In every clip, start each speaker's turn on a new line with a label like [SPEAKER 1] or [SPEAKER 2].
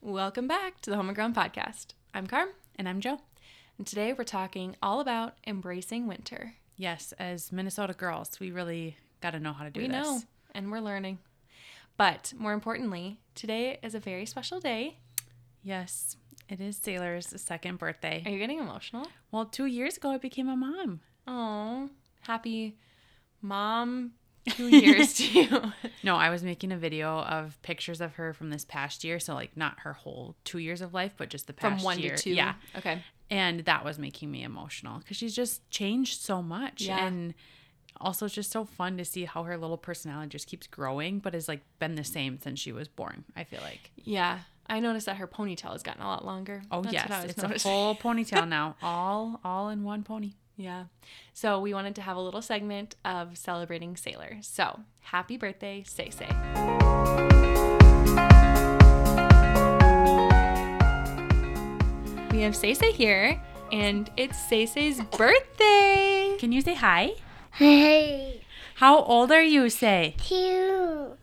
[SPEAKER 1] Welcome back to the Homegrown Podcast. I'm Carm.
[SPEAKER 2] And I'm Joe.
[SPEAKER 1] And today we're talking all about embracing winter.
[SPEAKER 2] Yes, as Minnesota girls, we really got to know how to do
[SPEAKER 1] we
[SPEAKER 2] this.
[SPEAKER 1] know and we're learning. But more importantly, today is a very special day.
[SPEAKER 2] Yes, it is Sailor's second birthday.
[SPEAKER 1] Are you getting emotional?
[SPEAKER 2] well, two years ago, I became a mom.
[SPEAKER 1] Oh, happy mom. Two years to you.
[SPEAKER 2] No, I was making a video of pictures of her from this past year. So, like, not her whole two years of life, but just the past
[SPEAKER 1] From one
[SPEAKER 2] year.
[SPEAKER 1] to two.
[SPEAKER 2] Yeah.
[SPEAKER 1] Okay.
[SPEAKER 2] And that was making me emotional because she's just changed so much.
[SPEAKER 1] Yeah.
[SPEAKER 2] And also, it's just so fun to see how her little personality just keeps growing, but has, like, been the same since she was born, I feel like.
[SPEAKER 1] Yeah. I noticed that her ponytail has gotten a lot longer.
[SPEAKER 2] Oh,
[SPEAKER 1] That's
[SPEAKER 2] yes.
[SPEAKER 1] What I was
[SPEAKER 2] It's
[SPEAKER 1] noticing.
[SPEAKER 2] a full ponytail now. All, all in one pony.
[SPEAKER 1] Yeah. So we wanted to have a little segment of celebrating Sailor. So happy birthday, Say Say. We have Say Say here, and it's Say Say's birthday.
[SPEAKER 2] Can you say hi?
[SPEAKER 3] Hey,
[SPEAKER 2] How old are you, say?
[SPEAKER 3] two,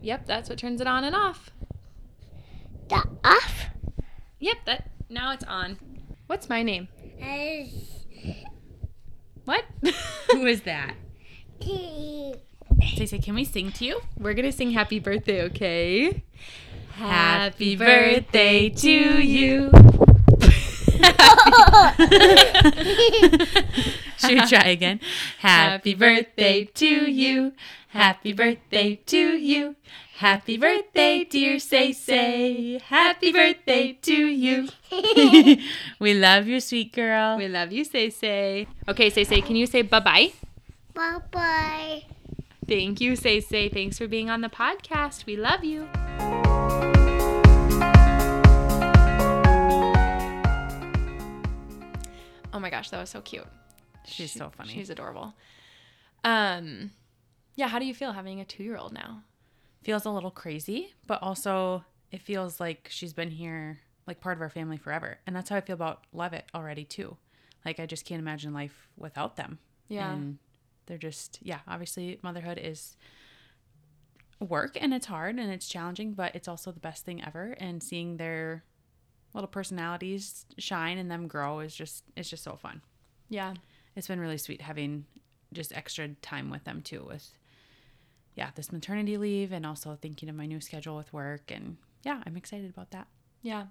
[SPEAKER 1] Yep, that's what turns it on and off.
[SPEAKER 3] the off
[SPEAKER 1] Yep, that now it's on. What's my name?
[SPEAKER 3] is
[SPEAKER 1] What?
[SPEAKER 2] Who is that?
[SPEAKER 3] the
[SPEAKER 2] Say, say, can we sing to you?
[SPEAKER 1] We're gonna sing happy birthday, okay?
[SPEAKER 2] Happy birthday to you. Should we try again? Happy birthday to you. Happy birthday to you. Happy birthday, dear Say Say. Happy birthday to you. we love you, sweet girl.
[SPEAKER 1] We love you, Say Say. Okay, Say Say, can you say bye bye?
[SPEAKER 3] bye bye.
[SPEAKER 1] Thank you, Say Say. Thanks for being on the podcast. We love you. Oh my gosh, that was so cute.
[SPEAKER 2] She's so funny.
[SPEAKER 1] She's adorable. Um, yeah. How do you feel having a two-year-old now?
[SPEAKER 2] feels a little crazy, but also it feels like she's been here, like part of our family forever. And that's how I feel about Levitt already, too. Like, I just can't imagine life without them.
[SPEAKER 1] Yeah.
[SPEAKER 2] And they're just, yeah, obviously, motherhood is work and it's hard and it's challenging, but it's also the best thing ever. And seeing their little personalities shine and them grow is just, it's just so fun.
[SPEAKER 1] yeah.
[SPEAKER 2] It's been really sweet having just extra time with them too, with yeah, this maternity leave and also thinking of my new schedule with work. And yeah, I'm excited about that.
[SPEAKER 1] Yeah.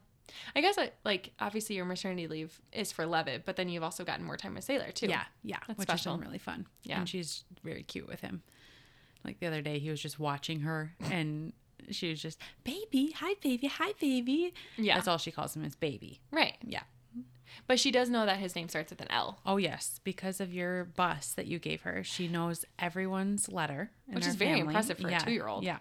[SPEAKER 1] I guess I, like obviously your maternity leave is for Levitt, but then you've also gotten more time with Sailor too.
[SPEAKER 2] Yeah, yeah,
[SPEAKER 1] That's
[SPEAKER 2] which
[SPEAKER 1] special.
[SPEAKER 2] has been really fun.
[SPEAKER 1] Yeah.
[SPEAKER 2] and she's very cute with him. Like the other day, he was just watching her, and she was just baby, hi baby, hi baby.
[SPEAKER 1] Yeah.
[SPEAKER 2] that's all she calls him is baby.
[SPEAKER 1] Right.
[SPEAKER 2] Yeah.
[SPEAKER 1] But she does know that his name starts with an L,
[SPEAKER 2] Oh yes, because of your bus that you gave her, she knows everyone's letter, in
[SPEAKER 1] Which
[SPEAKER 2] our
[SPEAKER 1] is very
[SPEAKER 2] family.
[SPEAKER 1] impressive for a
[SPEAKER 2] Yeah,
[SPEAKER 1] two-year-old.
[SPEAKER 2] Yeah,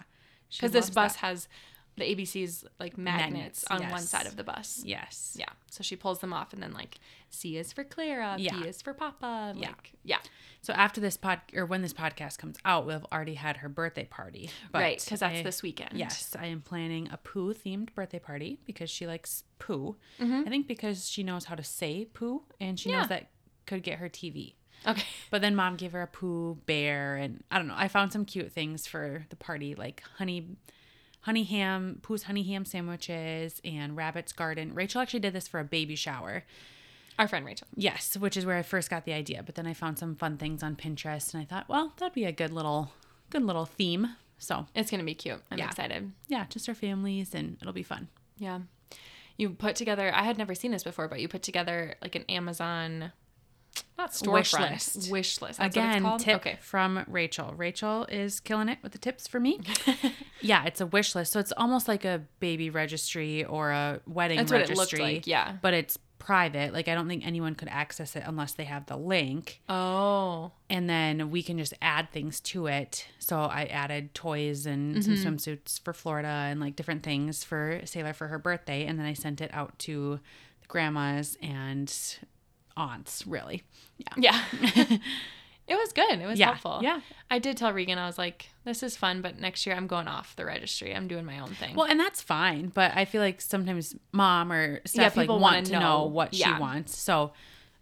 [SPEAKER 2] She
[SPEAKER 1] because this
[SPEAKER 2] loves
[SPEAKER 1] bus
[SPEAKER 2] that.
[SPEAKER 1] has the ABC's like magnets,
[SPEAKER 2] Magnets,
[SPEAKER 1] on one
[SPEAKER 2] yes.
[SPEAKER 1] side of the bus.
[SPEAKER 2] yes,
[SPEAKER 1] Yeah. So she pulls them off and then like C is for Clara,
[SPEAKER 2] Yeah.
[SPEAKER 1] P is for Papa.
[SPEAKER 2] Yeah.
[SPEAKER 1] Like yeah.
[SPEAKER 2] So after this pod or when this podcast comes out, we'll have already had her birthday party. But
[SPEAKER 1] right. Because that's
[SPEAKER 2] I-
[SPEAKER 1] this weekend.
[SPEAKER 2] Yes, I am planning a poo themed birthday party because she likes poo. I think because she knows how to say poo and she
[SPEAKER 1] Mm-hmm. Yeah.
[SPEAKER 2] knows that could get her TV.
[SPEAKER 1] Okay.
[SPEAKER 2] But then mom gave her a poo bear and I don't know. I found some cute things for the party like honey honey ham, poo's honey ham sandwiches and rabbit's garden. Rachel actually did this for a baby shower.
[SPEAKER 1] Our friend Rachel.
[SPEAKER 2] Yes, which is where I first got the idea. But then I found some fun things on Pinterest, and I thought, well, that'd be a good little, good little theme. So
[SPEAKER 1] It's gonna be cute. I'm
[SPEAKER 2] Yeah.
[SPEAKER 1] excited.
[SPEAKER 2] yeah, just our families, and it'll be fun.
[SPEAKER 1] Yeah. You put together I had never seen this before, but you put together like an Amazon not storefront
[SPEAKER 2] Wish list.
[SPEAKER 1] Wish list. That's what it's
[SPEAKER 2] Again,
[SPEAKER 1] called.
[SPEAKER 2] tip
[SPEAKER 1] Okay.
[SPEAKER 2] from Rachel. Rachel is killing it with the tips for me. yeah, it's a wish list, so it's almost like a baby registry or a wedding
[SPEAKER 1] That's what it
[SPEAKER 2] registry.
[SPEAKER 1] looked like, yeah.
[SPEAKER 2] but it's private. Like I don't think anyone could access it unless they have the link.
[SPEAKER 1] Oh.
[SPEAKER 2] and then we can just add things to it. So I added toys and
[SPEAKER 1] Mm-hmm.
[SPEAKER 2] some swimsuits for Florida and like different things for Sailor for her birthday, and then I sent it out to the grandmas and aunts. Really, yeah,
[SPEAKER 1] Yeah. it was good. It was
[SPEAKER 2] yeah,
[SPEAKER 1] helpful.
[SPEAKER 2] yeah.
[SPEAKER 1] I did tell Regan, I was like, this is fun, but next year I'm going off the registry. I'm doing my own thing.
[SPEAKER 2] Well, and that's fine, but I feel like sometimes mom or Steph like
[SPEAKER 1] people wanna
[SPEAKER 2] want to know,
[SPEAKER 1] know.
[SPEAKER 2] what
[SPEAKER 1] Yeah.
[SPEAKER 2] she wants. So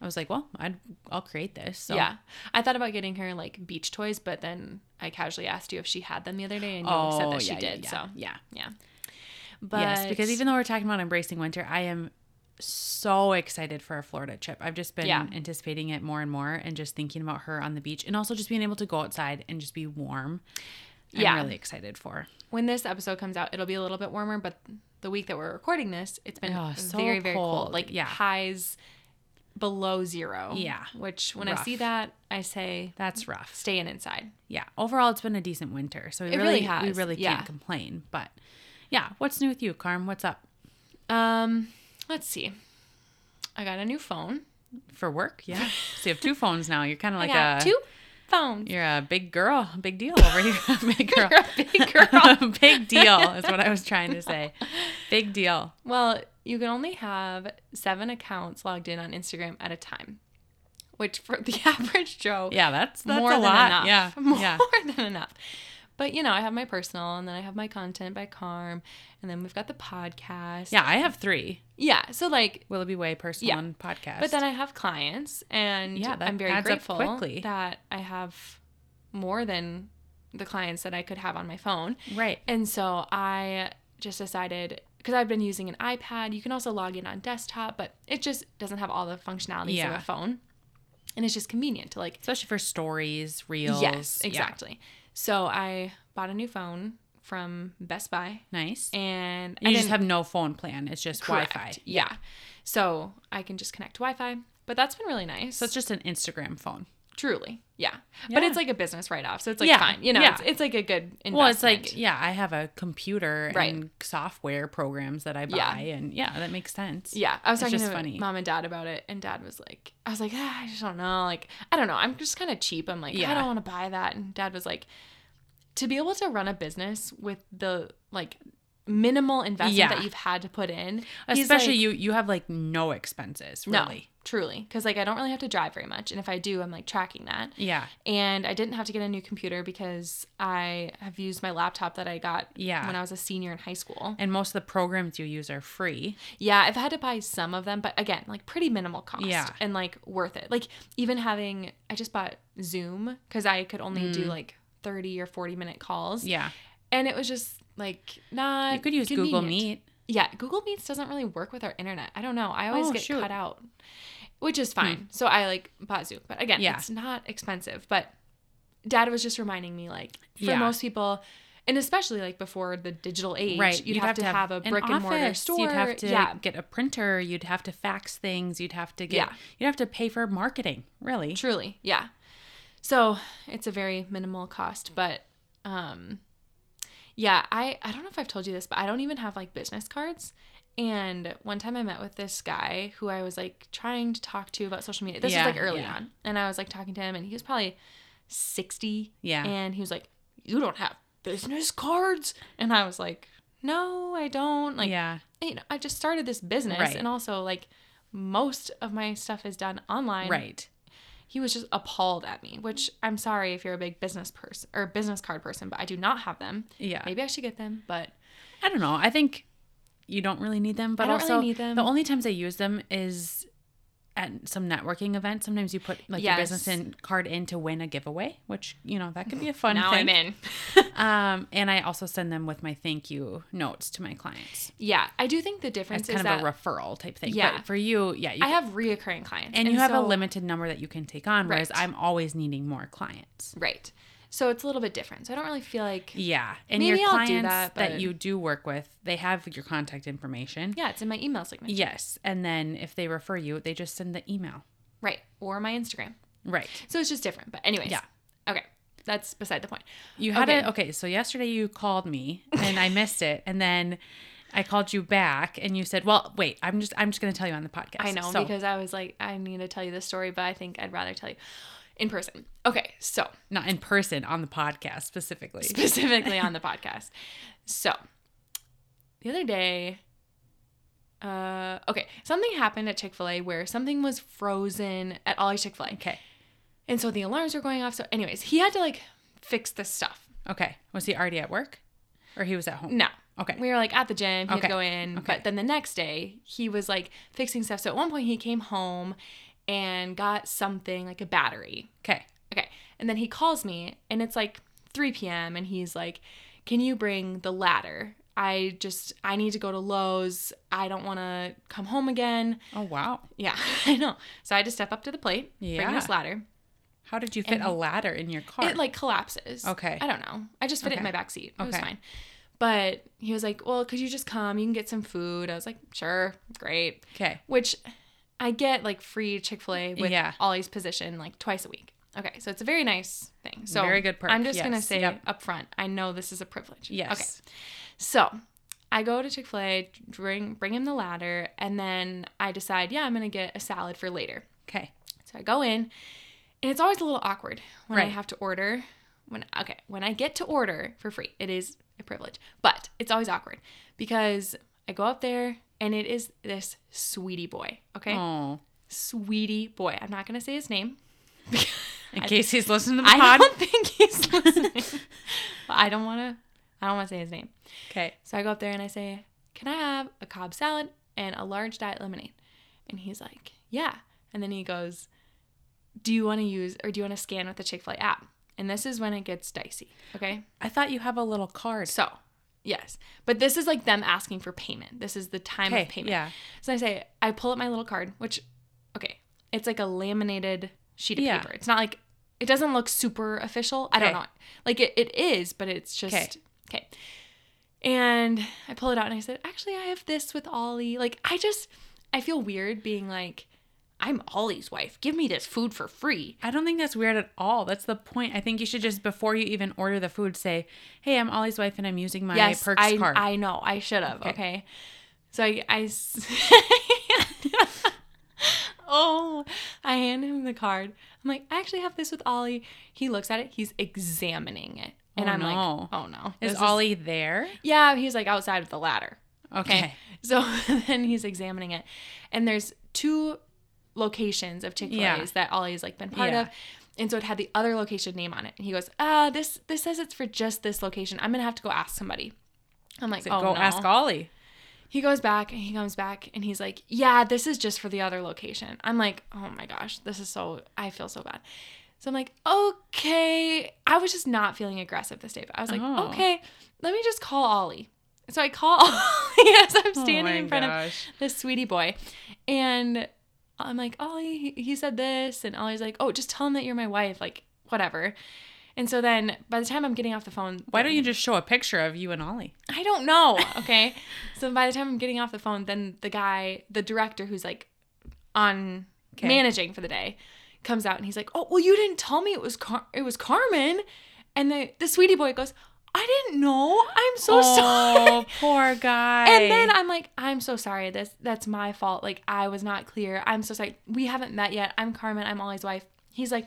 [SPEAKER 2] I was like, well, I'd, I'll create this. So.
[SPEAKER 1] yeah. I thought about getting her like beach toys, but then I casually asked you if she had them the other day and you said that she
[SPEAKER 2] Oh, yeah, yeah,
[SPEAKER 1] did.
[SPEAKER 2] yeah,
[SPEAKER 1] So,
[SPEAKER 2] yeah.
[SPEAKER 1] yeah. But
[SPEAKER 2] yes, because even though we're talking about embracing winter, I am so excited for our Florida trip. I've just been
[SPEAKER 1] Yeah.
[SPEAKER 2] anticipating it more and more and just thinking about her on the beach and also just being able to go outside and just be warm. I'm
[SPEAKER 1] Yeah.
[SPEAKER 2] really excited for.
[SPEAKER 1] when this episode comes out, it'll be a little bit warmer, but the week that we're recording this, it's been
[SPEAKER 2] Oh, so
[SPEAKER 1] very, very cold.
[SPEAKER 2] cold.
[SPEAKER 1] Like
[SPEAKER 2] Yeah.
[SPEAKER 1] highs below zero.
[SPEAKER 2] Yeah.
[SPEAKER 1] Which when I
[SPEAKER 2] Rough.
[SPEAKER 1] see that, I say
[SPEAKER 2] That's rough.
[SPEAKER 1] staying inside.
[SPEAKER 2] Yeah. Overall it's been a decent winter. So we
[SPEAKER 1] It
[SPEAKER 2] really,
[SPEAKER 1] really has.
[SPEAKER 2] we really
[SPEAKER 1] Yeah.
[SPEAKER 2] can't complain. But yeah, what's new with you, Carm? What's up?
[SPEAKER 1] Um, let's see. I got a new phone.
[SPEAKER 2] For work? Yeah. so you have two phones now. You're kinda like
[SPEAKER 1] I got
[SPEAKER 2] a
[SPEAKER 1] two phones.
[SPEAKER 2] You're a big girl, big deal over here. big girl.
[SPEAKER 1] You're a big girl.
[SPEAKER 2] big deal is what I was trying to say. Big deal.
[SPEAKER 1] Well, you can only have seven accounts logged in on Instagram at a time, which for the average Joe
[SPEAKER 2] Yeah, that's that's
[SPEAKER 1] more
[SPEAKER 2] a
[SPEAKER 1] than
[SPEAKER 2] lot.
[SPEAKER 1] enough.
[SPEAKER 2] Yeah.
[SPEAKER 1] more
[SPEAKER 2] yeah.
[SPEAKER 1] than enough. But you know, I have my personal, and then I have my content by Carm, and then we've got the podcast.
[SPEAKER 2] Yeah, I have three.
[SPEAKER 1] yeah. So like,
[SPEAKER 2] Willoughby Way personal
[SPEAKER 1] Yeah.
[SPEAKER 2] and podcast.
[SPEAKER 1] but then I have clients, and
[SPEAKER 2] Yeah, that
[SPEAKER 1] I'm very
[SPEAKER 2] adds up
[SPEAKER 1] grateful
[SPEAKER 2] quickly.
[SPEAKER 1] that I have more than the clients that I could have on my phone.
[SPEAKER 2] right.
[SPEAKER 1] And so I just decided because I've been using an iPad, you can also log in on desktop, but it just doesn't have all the functionalities of
[SPEAKER 2] Yeah.
[SPEAKER 1] a phone. And it's just convenient to like
[SPEAKER 2] Especially for stories, reels.
[SPEAKER 1] Yes,
[SPEAKER 2] Yeah.
[SPEAKER 1] exactly. So I bought a new phone from Best Buy,
[SPEAKER 2] Nice.
[SPEAKER 1] and
[SPEAKER 2] you
[SPEAKER 1] I
[SPEAKER 2] just
[SPEAKER 1] didn't-
[SPEAKER 2] have no phone plan. It's just
[SPEAKER 1] correct,
[SPEAKER 2] Wi-Fi.
[SPEAKER 1] Yeah, so I can just connect Wi-Fi. But that's been really nice.
[SPEAKER 2] So it's just an Instagram phone.
[SPEAKER 1] truly, yeah. But
[SPEAKER 2] Yeah.
[SPEAKER 1] it's like a business write-off, so it's like
[SPEAKER 2] Yeah,
[SPEAKER 1] fine. You know,
[SPEAKER 2] yeah.
[SPEAKER 1] it's, it's like a good investment.
[SPEAKER 2] Well, it's like yeah, I have a computer
[SPEAKER 1] Right.
[SPEAKER 2] and software programs that I buy,
[SPEAKER 1] Yeah.
[SPEAKER 2] and yeah, that makes sense.
[SPEAKER 1] yeah. I was
[SPEAKER 2] it's
[SPEAKER 1] talking
[SPEAKER 2] just
[SPEAKER 1] to
[SPEAKER 2] funny.
[SPEAKER 1] mom and dad about it, and dad was like, I was like, ah, I just don't know. Like, I don't know. I'm just kind of cheap. I'm like, I
[SPEAKER 2] Yeah.
[SPEAKER 1] don't want to buy that. And dad was like, to be able to run a business with the like minimal investment
[SPEAKER 2] Yeah.
[SPEAKER 1] that you've had to put in he's
[SPEAKER 2] Especially
[SPEAKER 1] like-
[SPEAKER 2] you, you have like no expenses really.
[SPEAKER 1] No, truly. Because like I don't really have to drive very much, and if I do, I'm like tracking that.
[SPEAKER 2] Yeah,
[SPEAKER 1] And I didn't have to get a new computer because I have used my laptop that I got
[SPEAKER 2] Yeah.
[SPEAKER 1] when I was a senior in high school.
[SPEAKER 2] and most of the programs you use are free.
[SPEAKER 1] Yeah, I've had to buy some of them, but again, like pretty minimal cost.
[SPEAKER 2] Yeah.
[SPEAKER 1] And like worth it. Like even having, I just bought Zoom because I could only do like 30 or 40 minute calls.
[SPEAKER 2] Mm. Yeah,
[SPEAKER 1] And it was just like not.
[SPEAKER 2] you could use Google
[SPEAKER 1] convenient.
[SPEAKER 2] Meet.
[SPEAKER 1] Yeah, Google Meets doesn't really work with our internet. I don't know. I always
[SPEAKER 2] Oh,
[SPEAKER 1] get
[SPEAKER 2] shoot. Hmm.
[SPEAKER 1] cut out, which is fine. So I like bought Zoom, but again,
[SPEAKER 2] Yeah.
[SPEAKER 1] it's not expensive. But Dad was just reminding me, like for
[SPEAKER 2] Yeah.
[SPEAKER 1] most people, and especially like before the digital age,
[SPEAKER 2] right.
[SPEAKER 1] you'd, have, to have, a
[SPEAKER 2] an
[SPEAKER 1] brick and mortar
[SPEAKER 2] office,
[SPEAKER 1] store.
[SPEAKER 2] You'd have to
[SPEAKER 1] yeah,
[SPEAKER 2] get a printer. You'd have to fax things. You'd have to get.
[SPEAKER 1] Yeah.
[SPEAKER 2] You'd have to pay for marketing. Really.
[SPEAKER 1] truly, yeah. So it's a very minimal cost, but um, yeah, I I don't know if I've told you this, but I don't even have like business cards. And one time I met with this guy who I was like trying to talk to about social media. This
[SPEAKER 2] Yeah,
[SPEAKER 1] was like early
[SPEAKER 2] yeah.
[SPEAKER 1] on. And I was like talking to him and he was probably 60.
[SPEAKER 2] Yeah.
[SPEAKER 1] And he was like, "You don't have business cards?" And I was like, "No, I don't." Like,
[SPEAKER 2] yeah.
[SPEAKER 1] you know, I just started this business
[SPEAKER 2] Right.
[SPEAKER 1] and also like most of my stuff is done online.
[SPEAKER 2] Right.
[SPEAKER 1] He was just appalled at me, which I'm sorry if you're a big business person or business card person, but I do not have them.
[SPEAKER 2] Yeah.
[SPEAKER 1] Maybe I should get them, but
[SPEAKER 2] I don't know. I think you don't really need them, but
[SPEAKER 1] don't really
[SPEAKER 2] also
[SPEAKER 1] need them.
[SPEAKER 2] the only times I use them is at some networking event. Sometimes you put like your business
[SPEAKER 1] Yes.
[SPEAKER 2] in, card in to win a giveaway, which you know that could be a fun
[SPEAKER 1] now I'm
[SPEAKER 2] thing.
[SPEAKER 1] in.
[SPEAKER 2] Um, and I also send them with my thank you notes to my clients.
[SPEAKER 1] yeah, I do think the difference
[SPEAKER 2] It's kind
[SPEAKER 1] is
[SPEAKER 2] of
[SPEAKER 1] that
[SPEAKER 2] a referral type thing.
[SPEAKER 1] Yeah.
[SPEAKER 2] But for you, yeah, you,
[SPEAKER 1] I have reoccurring clients,
[SPEAKER 2] and you have a
[SPEAKER 1] so-
[SPEAKER 2] limited number that you can take on, whereas
[SPEAKER 1] Right.
[SPEAKER 2] I'm always needing more clients.
[SPEAKER 1] right. So it's a little bit different. So I don't really feel like
[SPEAKER 2] Yeah, and
[SPEAKER 1] Maybe
[SPEAKER 2] your
[SPEAKER 1] I'll
[SPEAKER 2] clients
[SPEAKER 1] do
[SPEAKER 2] that,
[SPEAKER 1] that, but-
[SPEAKER 2] you do work with, they have your contact information.
[SPEAKER 1] yeah, it's in my email signature,
[SPEAKER 2] Yes, and then if they refer you, they just send the email.
[SPEAKER 1] right, or my Instagram.
[SPEAKER 2] Right.
[SPEAKER 1] So it's just different. But anyways,
[SPEAKER 2] Yeah.
[SPEAKER 1] okay, that's beside the point.
[SPEAKER 2] You had
[SPEAKER 1] Okay.
[SPEAKER 2] it. Okay. So yesterday you called me and I missed it. And then I called you back and you said, well, wait, I'm just, I'm just going to tell you on the podcast.
[SPEAKER 1] I know
[SPEAKER 2] So,
[SPEAKER 1] because I was like, I need to tell you this story, but I think I'd rather tell you in person. Okay, so
[SPEAKER 2] not in person on the podcast specifically.
[SPEAKER 1] specifically on the podcast. So the other day, uh, okay, something happened at Chick Fil A where something was frozen at Ollie's Chick Fil A.
[SPEAKER 2] Okay.
[SPEAKER 1] And so the alarms were going off. So, anyways, he had to like fix this stuff.
[SPEAKER 2] Okay. Was he already at work or he was at home?
[SPEAKER 1] No.
[SPEAKER 2] Okay.
[SPEAKER 1] We were like at the gym. He had
[SPEAKER 2] Okay.
[SPEAKER 1] to go in.
[SPEAKER 2] Okay.
[SPEAKER 1] But then the next day, he was like fixing stuff. So at one point, he came home and got something like a battery.
[SPEAKER 2] Okay.
[SPEAKER 1] Okay. And then he calls me and it's like 3 p.m. and he's like, Can you bring the ladder? I just I need to go to Lowe's. I don't want to come home again.
[SPEAKER 2] Oh wow.
[SPEAKER 1] Yeah, I know. So I had to step up to the plate, bring
[SPEAKER 2] Yeah.
[SPEAKER 1] this ladder.
[SPEAKER 2] How did you fit a ladder in your car?
[SPEAKER 1] It like collapses.
[SPEAKER 2] Okay.
[SPEAKER 1] I don't know. I just fit it in
[SPEAKER 2] Okay.
[SPEAKER 1] my back seat. It was
[SPEAKER 2] Okay.
[SPEAKER 1] fine. But he was like, "Well, could you just come? You can get some food." I was like, "Sure, great."
[SPEAKER 2] okay.
[SPEAKER 1] Which I get like free Chick Fil A with
[SPEAKER 2] Yeah.
[SPEAKER 1] Ollie's position like twice a week. Okay, so it's a very nice thing. So
[SPEAKER 2] Very good perk,
[SPEAKER 1] I'm just gonna
[SPEAKER 2] yes.
[SPEAKER 1] say
[SPEAKER 2] Yep.
[SPEAKER 1] up front, I know this is a privilege. Okay.
[SPEAKER 2] Yes.
[SPEAKER 1] So I go to Chick fil A, bring, bring him the ladder, and then I decide, yeah, I'm going to get a salad for later.
[SPEAKER 2] Okay.
[SPEAKER 1] So I go in, and it's always a little awkward when I
[SPEAKER 2] Right.
[SPEAKER 1] have to order. When okay, when I get to order for free, it is a privilege, but it's always awkward because I go up there and it is this sweetie boy, okay,
[SPEAKER 2] Oh.
[SPEAKER 1] sweetie boy. I'm not gonna say his name.
[SPEAKER 2] In case he's listening to the
[SPEAKER 1] I
[SPEAKER 2] pod.
[SPEAKER 1] don't think he's listening. but I don't want to. I don't want to say his name.
[SPEAKER 2] Okay.
[SPEAKER 1] So I go up there and I say, Can I have a Cobb salad and a large diet lemonade? And he's like, Yeah. And then he goes, Do you want to use or do you want to scan with the Chick fil A app? And this is when it gets dicey. Okay.
[SPEAKER 2] I thought you have a little card.
[SPEAKER 1] So, yes. But this is like them asking for payment. This is the time
[SPEAKER 2] Okay.
[SPEAKER 1] of payment.
[SPEAKER 2] Yeah.
[SPEAKER 1] So I say, I pull up my little card, which, okay, it's like a laminated sheet of
[SPEAKER 2] Yeah.
[SPEAKER 1] paper. It's not like, it doesn't look super official. I don't
[SPEAKER 2] Okay.
[SPEAKER 1] know. Like it, it is, but it's just,
[SPEAKER 2] Okay.
[SPEAKER 1] okay. And I pull it out and I said, actually, I have this with Ollie. Like, I just, I feel weird being like, I'm Ollie's wife. Give me this food for free.
[SPEAKER 2] I don't think that's weird at all. That's the point. I think you should just before you even order the food say, "Hey, I'm Ollie's wife, and I'm using my
[SPEAKER 1] yes,
[SPEAKER 2] perks
[SPEAKER 1] I,
[SPEAKER 2] card."
[SPEAKER 1] I know. I should have.
[SPEAKER 2] Okay.
[SPEAKER 1] Okay. So I, I s- oh, I hand him the card. I'm like, I actually have this with Ollie. He looks at it. He's examining it, and
[SPEAKER 2] Oh,
[SPEAKER 1] I'm
[SPEAKER 2] no.
[SPEAKER 1] like, oh no,
[SPEAKER 2] is
[SPEAKER 1] This
[SPEAKER 2] Ollie there?
[SPEAKER 1] yeah, he's like outside with the ladder.
[SPEAKER 2] Okay.
[SPEAKER 1] So then he's examining it, and there's two locations of Chick Fil A's
[SPEAKER 2] Yeah.
[SPEAKER 1] that Ollie's like been part
[SPEAKER 2] Yeah.
[SPEAKER 1] of, and so it had the other location name on it. And he goes, "Ah, this this says it's for just this location. I'm gonna have to go ask somebody." I'm like,
[SPEAKER 2] So
[SPEAKER 1] "Oh
[SPEAKER 2] go
[SPEAKER 1] no."
[SPEAKER 2] ask Ollie.
[SPEAKER 1] He goes back and he comes back and he's like, "Yeah, this is just for the other location." I'm like, "Oh my gosh, this is so I feel so bad." So I'm like, "Okay, I was just not feeling aggressive this day." But I was like,
[SPEAKER 2] Oh.
[SPEAKER 1] "Okay, let me just call Ollie." So I call Ollie as I'm standing
[SPEAKER 2] oh my
[SPEAKER 1] in front of
[SPEAKER 2] gosh.
[SPEAKER 1] this sweetie boy. And I'm like, Ollie, he- he said this. And Ollie's like, oh, just tell him that you're my wife, like, whatever. And so then by the time I'm getting off the phone,
[SPEAKER 2] Why don't you just show a picture of you and Ollie?
[SPEAKER 1] I don't know. Okay. so by the time I'm getting off the phone, then the guy, the director who's like on
[SPEAKER 2] Okay.
[SPEAKER 1] managing for the day, comes out and he's like, oh, well, you didn't tell me it was Car- it was Carmen. And the, the sweetie boy goes, I didn't know. I'm so sorry.
[SPEAKER 2] oh, poor guy.
[SPEAKER 1] And then I'm like, I'm so sorry. This that's my fault. Like I was not clear. I'm so sorry. We haven't met yet. I'm Carmen. I'm Ollie's wife. He's like,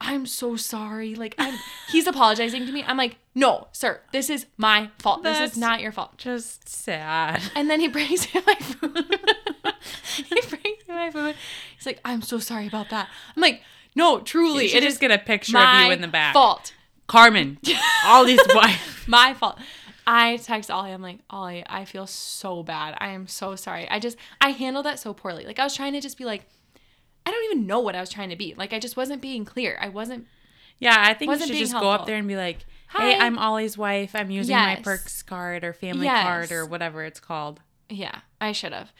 [SPEAKER 1] I'm so sorry. Like I'm he's apologizing to me. I'm like, no, sir, this is my fault. this
[SPEAKER 2] That's-
[SPEAKER 1] is not your fault.
[SPEAKER 2] just sad.
[SPEAKER 1] And then he brings me my food. he brings me my food. He's like, I'm so sorry about that. I'm like, no, truly,
[SPEAKER 2] You should
[SPEAKER 1] it is
[SPEAKER 2] just get a picture
[SPEAKER 1] my
[SPEAKER 2] of you in the back.
[SPEAKER 1] fault.
[SPEAKER 2] Carmen, Ollie's wife.
[SPEAKER 1] my fault. I text Ollie. I'm like, Ollie, I feel so bad. I am so sorry. I just, I handled that so poorly. Like, I was trying to just be like, I don't even know what I was trying to be. Like, I just wasn't being clear. I wasn't,
[SPEAKER 2] Yeah, I think
[SPEAKER 1] Wasn't
[SPEAKER 2] you should
[SPEAKER 1] being
[SPEAKER 2] just go up
[SPEAKER 1] helpful.
[SPEAKER 2] there and be like,
[SPEAKER 1] Hi.
[SPEAKER 2] "Hey, I'm Ollie's wife. I'm using my
[SPEAKER 1] Yes.
[SPEAKER 2] perks card or family
[SPEAKER 1] Yes.
[SPEAKER 2] card or whatever it's called."
[SPEAKER 1] yeah, I should have.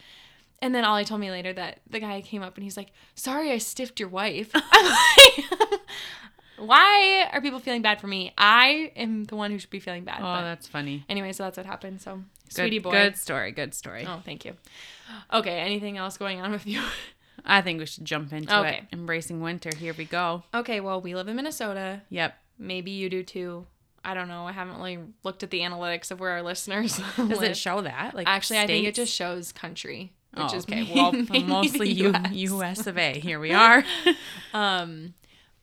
[SPEAKER 1] And then Ollie told me later that the guy came up and he's like, sorry, I stiffed your wife. I'm like, Why are people feeling bad for me? I am the one who should be feeling bad.
[SPEAKER 2] Oh,
[SPEAKER 1] but
[SPEAKER 2] that's funny.
[SPEAKER 1] anyway, so that's what happened. So,
[SPEAKER 2] Good,
[SPEAKER 1] sweetie boy.
[SPEAKER 2] Good story. Good story.
[SPEAKER 1] Oh, thank you. Okay, anything else going on with you?
[SPEAKER 2] I think we should jump into
[SPEAKER 1] Okay.
[SPEAKER 2] it. Embracing winter. Here we go.
[SPEAKER 1] Okay, well, we live in Minnesota.
[SPEAKER 2] Yep.
[SPEAKER 1] Maybe you do too. I don't know. I haven't really looked at the analytics of where our listeners
[SPEAKER 2] Does
[SPEAKER 1] live.
[SPEAKER 2] it show that? Like
[SPEAKER 1] Actually, I think it
[SPEAKER 2] states?
[SPEAKER 1] just shows country, which
[SPEAKER 2] oh,
[SPEAKER 1] is
[SPEAKER 2] okay.
[SPEAKER 1] main-
[SPEAKER 2] well,
[SPEAKER 1] mainly
[SPEAKER 2] mostly
[SPEAKER 1] the
[SPEAKER 2] U-
[SPEAKER 1] US.
[SPEAKER 2] U.S. of A. Here we are.
[SPEAKER 1] Um,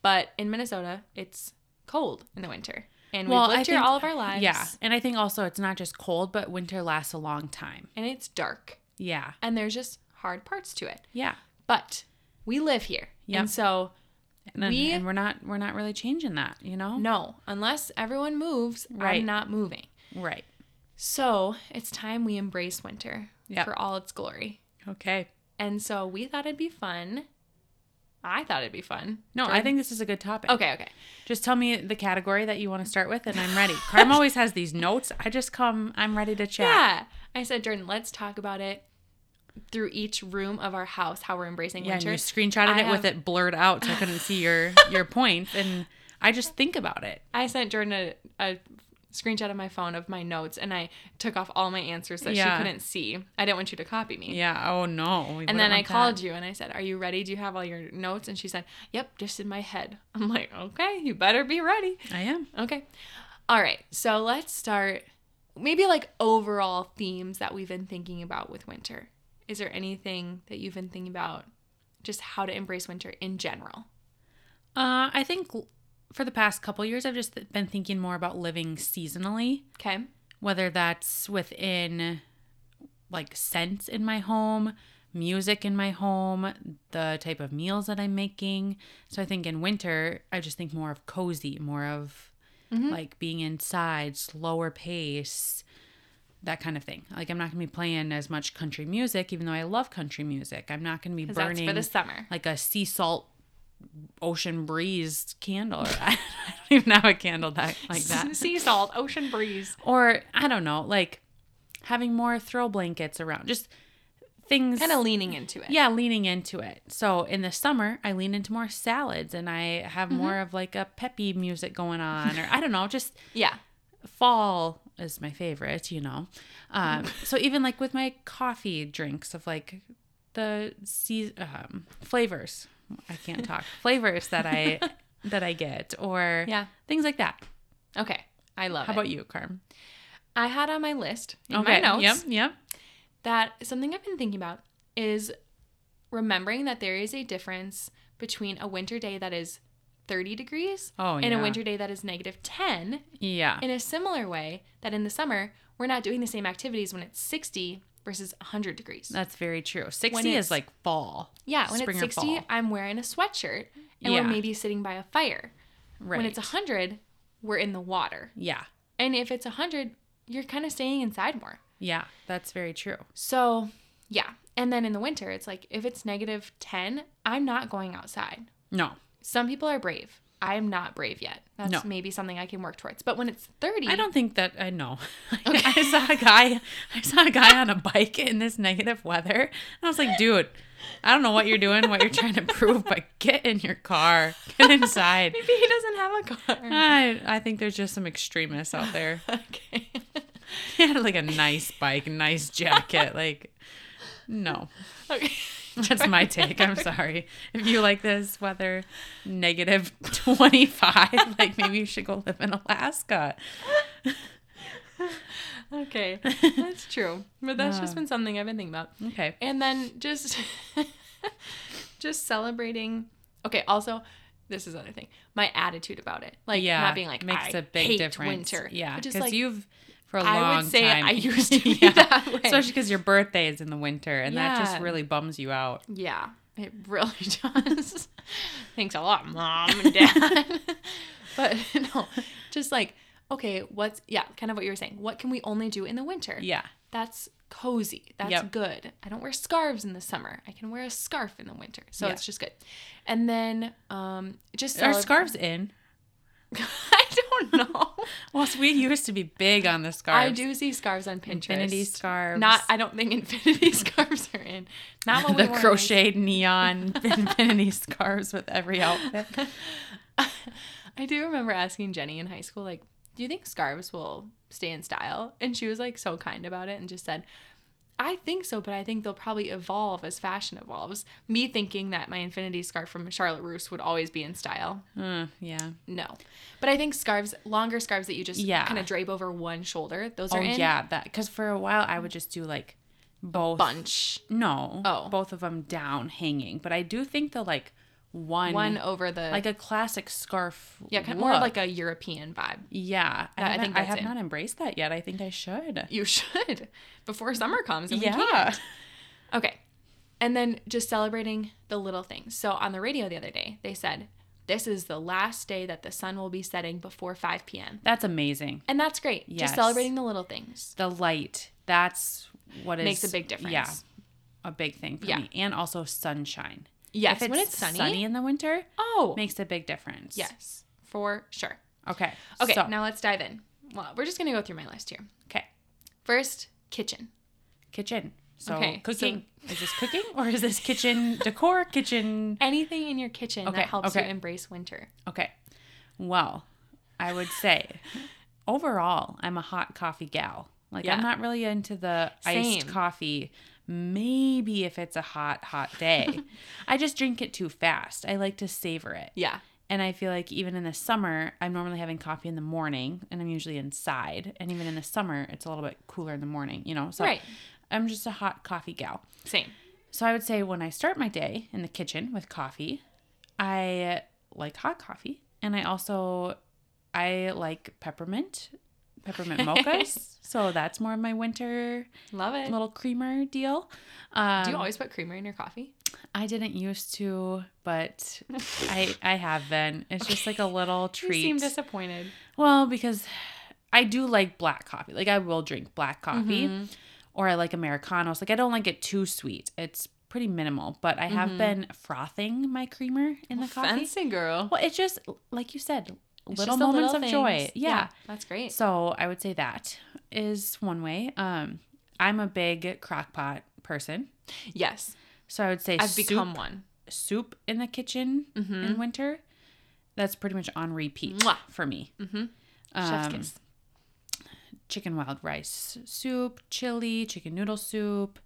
[SPEAKER 1] but in Minnesota, it's cold in the winter, and
[SPEAKER 2] Well,
[SPEAKER 1] we've
[SPEAKER 2] I
[SPEAKER 1] lived here
[SPEAKER 2] think-
[SPEAKER 1] all of our lives.
[SPEAKER 2] yeah, and I think also it's not just cold, but winter lasts a long time.
[SPEAKER 1] and it's dark,
[SPEAKER 2] Yeah.
[SPEAKER 1] and there's just hard parts to it.
[SPEAKER 2] Yeah.
[SPEAKER 1] But we live here,
[SPEAKER 2] Yep.
[SPEAKER 1] and so
[SPEAKER 2] And, then-
[SPEAKER 1] We-
[SPEAKER 2] and we're not we're not really changing that, you know.
[SPEAKER 1] no, unless everyone moves,
[SPEAKER 2] Right.
[SPEAKER 1] I'm not moving.
[SPEAKER 2] Right.
[SPEAKER 1] So it's time we embrace winter
[SPEAKER 2] Yep.
[SPEAKER 1] for all its glory.
[SPEAKER 2] Okay.
[SPEAKER 1] And so we thought it'd be fun I thought it'd be fun.
[SPEAKER 2] No, I think this is a good topic.
[SPEAKER 1] Okay, okay.
[SPEAKER 2] Just tell me the category that you want to start with, and I'm ready. Carm always has these notes. I just come, I'm ready to chat.
[SPEAKER 1] Yeah. I said, Jordan, let's talk about it through each room of our house, how we're embracing
[SPEAKER 2] Yeah, and
[SPEAKER 1] winter.
[SPEAKER 2] you screenshotted
[SPEAKER 1] I
[SPEAKER 2] it with
[SPEAKER 1] have-
[SPEAKER 2] it blurred out so I couldn't see your your points and I just think about it.
[SPEAKER 1] I sent Jordan a, a screenshot of my phone of my notes and I took off all my answers that
[SPEAKER 2] Yeah.
[SPEAKER 1] she couldn't see. I didn't want you to copy me.
[SPEAKER 2] Yeah, oh no. we
[SPEAKER 1] And
[SPEAKER 2] wouldn't
[SPEAKER 1] then I
[SPEAKER 2] want
[SPEAKER 1] called
[SPEAKER 2] that.
[SPEAKER 1] you and I said, Are you ready? Do you have all your notes? And she said, Yep, just in my head. I'm like, Okay, you better be ready.
[SPEAKER 2] I am.
[SPEAKER 1] Okay. All right. So let's start maybe like overall themes that we've been thinking about with winter. Is there anything that you've been thinking about just how to embrace winter in general?
[SPEAKER 2] Uh, I think l- for the past couple years, I've just th- been thinking more about living seasonally,
[SPEAKER 1] Okay.
[SPEAKER 2] whether that's within like scents in my home, music in my home, the type of meals that I'm making. So I think in winter, I just think more of cozy, more of
[SPEAKER 1] Mhm.
[SPEAKER 2] like being inside, slower pace, that kind of thing. Like I'm not going to be playing as much country music, even though I love country music. I'm not going to be
[SPEAKER 1] Because that's
[SPEAKER 2] burning
[SPEAKER 1] for the summer.
[SPEAKER 2] like a sea salt ocean breeze candle. Or I don't even have a candle that like that.
[SPEAKER 1] sea salt, ocean breeze.
[SPEAKER 2] Or I don't know, like having more throw blankets around. Just things
[SPEAKER 1] Kind of leaning into it.
[SPEAKER 2] yeah, leaning into it. So in the summer, I lean into more salads and I have
[SPEAKER 1] Mm-hmm.
[SPEAKER 2] more of like a peppy music going on, or I don't know, just
[SPEAKER 1] Yeah.
[SPEAKER 2] fall is my favorite, you know. Um, so even like with my coffee drinks of like the sea- um, flavors, I can't talk flavors that I that I get or
[SPEAKER 1] Yeah.
[SPEAKER 2] things like that.
[SPEAKER 1] Okay. I love
[SPEAKER 2] How
[SPEAKER 1] it.
[SPEAKER 2] about you, Carm?
[SPEAKER 1] I had on my list in my notes
[SPEAKER 2] Yep. Yep.
[SPEAKER 1] that something I've been thinking about is remembering that there is a difference between a winter day that is 30 degrees
[SPEAKER 2] Oh,
[SPEAKER 1] and
[SPEAKER 2] yeah.
[SPEAKER 1] a winter day that is negative 10
[SPEAKER 2] Yeah.
[SPEAKER 1] in a similar way that in the summer we're not doing the same activities when it's 60 versus 100 degrees.
[SPEAKER 2] That's very true.
[SPEAKER 1] When
[SPEAKER 2] Sixty
[SPEAKER 1] it's-
[SPEAKER 2] is like fall.
[SPEAKER 1] yeah, when
[SPEAKER 2] spring
[SPEAKER 1] it's
[SPEAKER 2] or
[SPEAKER 1] 60,
[SPEAKER 2] fall.
[SPEAKER 1] I'm wearing a sweatshirt and
[SPEAKER 2] Yeah.
[SPEAKER 1] we're maybe sitting by a fire.
[SPEAKER 2] Right.
[SPEAKER 1] When it's 100, we're in the water.
[SPEAKER 2] yeah.
[SPEAKER 1] And if it's 100, you're kind of staying inside more.
[SPEAKER 2] Yeah. That's very true.
[SPEAKER 1] So, yeah. And then in the winter, it's like if it's negative 10, I'm not going outside.
[SPEAKER 2] No.
[SPEAKER 1] Some people are brave. I am not brave yet. That's
[SPEAKER 2] No.
[SPEAKER 1] maybe something I can work towards. But when it's 30,
[SPEAKER 2] I don't think that I know. I saw a guy. I saw a guy on a bike in this negative weather, and I was like, "Dude, I don't know what you're doing, what you're trying to prove, but get in your car, get inside."
[SPEAKER 1] maybe he doesn't have a car.
[SPEAKER 2] I, I think there's just some extremists out there.
[SPEAKER 1] okay.
[SPEAKER 2] He had like a nice bike, nice jacket. Like, no,
[SPEAKER 1] okay.
[SPEAKER 2] that's my take. I'm sorry. If you like this weather, negative 25, like maybe you should go live in Alaska.
[SPEAKER 1] Okay. That's true. But that's
[SPEAKER 2] Uh.
[SPEAKER 1] just been something I've been thinking about.
[SPEAKER 2] Okay.
[SPEAKER 1] And then just just celebrating. Okay, also this is another thing. My attitude about it. Like
[SPEAKER 2] yeah,
[SPEAKER 1] not being like
[SPEAKER 2] makes
[SPEAKER 1] I
[SPEAKER 2] a big
[SPEAKER 1] hate
[SPEAKER 2] difference.
[SPEAKER 1] winter.
[SPEAKER 2] Yeah,
[SPEAKER 1] But
[SPEAKER 2] because
[SPEAKER 1] just like
[SPEAKER 2] you've for a
[SPEAKER 1] I would
[SPEAKER 2] long
[SPEAKER 1] say
[SPEAKER 2] time.
[SPEAKER 1] I used to be that way.
[SPEAKER 2] especially because your birthday is in the winter, and that just
[SPEAKER 1] Yeah.
[SPEAKER 2] really bums you out.
[SPEAKER 1] Yeah, it really does. Thanks a lot, mom and dad. but no, just like, okay, what's, yeah, kind of what you were saying. What can we only do in the winter?
[SPEAKER 2] Yeah,
[SPEAKER 1] That's cozy. That's
[SPEAKER 2] Yep.
[SPEAKER 1] good. I don't wear scarves in the summer. I can wear a scarf in the winter. So
[SPEAKER 2] Yeah.
[SPEAKER 1] it's just good. And then um just
[SPEAKER 2] are
[SPEAKER 1] celeb-
[SPEAKER 2] scarves in?
[SPEAKER 1] I don't know.
[SPEAKER 2] Well, so we used to be big on the scarves.
[SPEAKER 1] I do see scarves on Pinterest.
[SPEAKER 2] infinity scarves.
[SPEAKER 1] Not I don't think infinity scarves are in. Not what we
[SPEAKER 2] the
[SPEAKER 1] wore in high
[SPEAKER 2] crocheted neon infinity scarves with every outfit.
[SPEAKER 1] I do remember asking Jenny in high school, like, do you think scarves will stay in style? And she was like so kind about it and just said, I think so, but I think they'll probably evolve as fashion evolves. Me thinking that my infinity scarf from Charlotte Russe would always be in style.
[SPEAKER 2] Uh, yeah.
[SPEAKER 1] No. But I think scarves, longer scarves that you just
[SPEAKER 2] Yeah.
[SPEAKER 1] kind of drape over one shoulder, those
[SPEAKER 2] Oh
[SPEAKER 1] are in
[SPEAKER 2] yeah, that because for a while I would just do like both
[SPEAKER 1] bunch.
[SPEAKER 2] No,
[SPEAKER 1] Oh.
[SPEAKER 2] both of them down hanging. But I do think the like one
[SPEAKER 1] One over the
[SPEAKER 2] like a classic scarf.
[SPEAKER 1] yeah, kind of more of like
[SPEAKER 2] look.
[SPEAKER 1] a European vibe.
[SPEAKER 2] Yeah,
[SPEAKER 1] That I
[SPEAKER 2] I, haven't-
[SPEAKER 1] think
[SPEAKER 2] I
[SPEAKER 1] that's
[SPEAKER 2] have
[SPEAKER 1] it.
[SPEAKER 2] not embraced that yet. I think I should.
[SPEAKER 1] You should before summer comes and we
[SPEAKER 2] yeah,
[SPEAKER 1] can't. Okay. And then just celebrating the little things. So on the radio the other day, they said, This is the last day that the sun will be setting before 5 p.m.
[SPEAKER 2] that's amazing.
[SPEAKER 1] And that's great.
[SPEAKER 2] Yes.
[SPEAKER 1] Just celebrating the little things.
[SPEAKER 2] The light. That's what is
[SPEAKER 1] Makes a big difference.
[SPEAKER 2] Yeah, a big thing for
[SPEAKER 1] Yeah.
[SPEAKER 2] me, and also sunshine.
[SPEAKER 1] Yes,
[SPEAKER 2] if
[SPEAKER 1] when it's sunny.
[SPEAKER 2] in the winter,
[SPEAKER 1] Oh,
[SPEAKER 2] makes a big difference.
[SPEAKER 1] yes, for sure.
[SPEAKER 2] Okay.
[SPEAKER 1] Okay,
[SPEAKER 2] So,
[SPEAKER 1] now let's dive in. Well, we're just gonna go through my list here.
[SPEAKER 2] okay.
[SPEAKER 1] First, kitchen.
[SPEAKER 2] Kitchen. So
[SPEAKER 1] Okay,
[SPEAKER 2] cooking.
[SPEAKER 1] so-
[SPEAKER 2] is this cooking or is this kitchen decor? Kitchen.
[SPEAKER 1] Anything in your kitchen
[SPEAKER 2] Okay,
[SPEAKER 1] that helps
[SPEAKER 2] okay.
[SPEAKER 1] you embrace winter.
[SPEAKER 2] Okay. Well, I would say overall, I'm a hot coffee gal. Like
[SPEAKER 1] Yeah.
[SPEAKER 2] I'm not really into the iced
[SPEAKER 1] Same.
[SPEAKER 2] coffee. Maybe if it's a hot, hot day, I just drink it too fast. I like to savor it.
[SPEAKER 1] Yeah.
[SPEAKER 2] And I feel like even in the summer, I'm normally having coffee in the morning and I'm usually inside. And even in the summer, it's a little bit cooler in the morning, you know? So
[SPEAKER 1] Right.
[SPEAKER 2] I'm just a hot coffee gal.
[SPEAKER 1] Same.
[SPEAKER 2] So I would say when I start my day in the kitchen with coffee, I like hot coffee and I also I like peppermint, peppermint mochas. so that's more of my winter
[SPEAKER 1] Love it.
[SPEAKER 2] little creamer deal. Um,
[SPEAKER 1] Do you always put creamer in your coffee?
[SPEAKER 2] I didn't used to, but I I have been. It's just like a little treat.
[SPEAKER 1] You seem disappointed.
[SPEAKER 2] Well, because I do like black coffee. Like I will drink black coffee
[SPEAKER 1] Mhm.
[SPEAKER 2] or I like Americanos. Like I don't like it too sweet. It's pretty minimal, but I have
[SPEAKER 1] Mhm.
[SPEAKER 2] been frothing my creamer in the coffee.
[SPEAKER 1] Fancy girl.
[SPEAKER 2] Well, it's just like you said,
[SPEAKER 1] It's
[SPEAKER 2] little
[SPEAKER 1] just the
[SPEAKER 2] moments of
[SPEAKER 1] things.
[SPEAKER 2] joy. Yeah.
[SPEAKER 1] That's great.
[SPEAKER 2] So I would say that is one way. Um I'm a big crock pot person.
[SPEAKER 1] yes.
[SPEAKER 2] So I would say
[SPEAKER 1] I've
[SPEAKER 2] soup,
[SPEAKER 1] become one.
[SPEAKER 2] soup in the kitchen
[SPEAKER 1] Mm-hmm.
[SPEAKER 2] in winter. That's pretty much on repeat
[SPEAKER 1] Mwah.
[SPEAKER 2] for me.
[SPEAKER 1] Mm-hmm.
[SPEAKER 2] Um,
[SPEAKER 1] Chef's kiss.
[SPEAKER 2] chicken wild rice soup, chili, chicken noodle soup,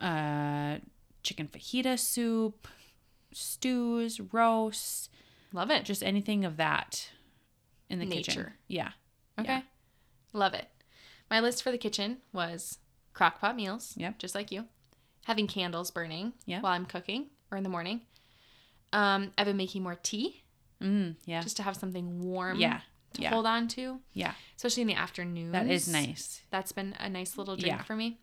[SPEAKER 2] uh, chicken fajita soup, stews, roasts,
[SPEAKER 1] Love it.
[SPEAKER 2] just anything of that in the kitchen.
[SPEAKER 1] Nature.
[SPEAKER 2] Yeah.
[SPEAKER 1] Okay.
[SPEAKER 2] Yeah.
[SPEAKER 1] Love it. My list for the kitchen was crock pot meals.
[SPEAKER 2] Yep.
[SPEAKER 1] Just like you. Having candles burning
[SPEAKER 2] Yeah.
[SPEAKER 1] while I'm cooking or in the morning. Um, I've been making more tea
[SPEAKER 2] Mm, yeah.
[SPEAKER 1] just to have something warm
[SPEAKER 2] yeah.
[SPEAKER 1] to
[SPEAKER 2] yeah.
[SPEAKER 1] hold on to,
[SPEAKER 2] Yeah.
[SPEAKER 1] especially in the afternoon.
[SPEAKER 2] That is nice.
[SPEAKER 1] That's been a nice little drink
[SPEAKER 2] Yeah.
[SPEAKER 1] for me.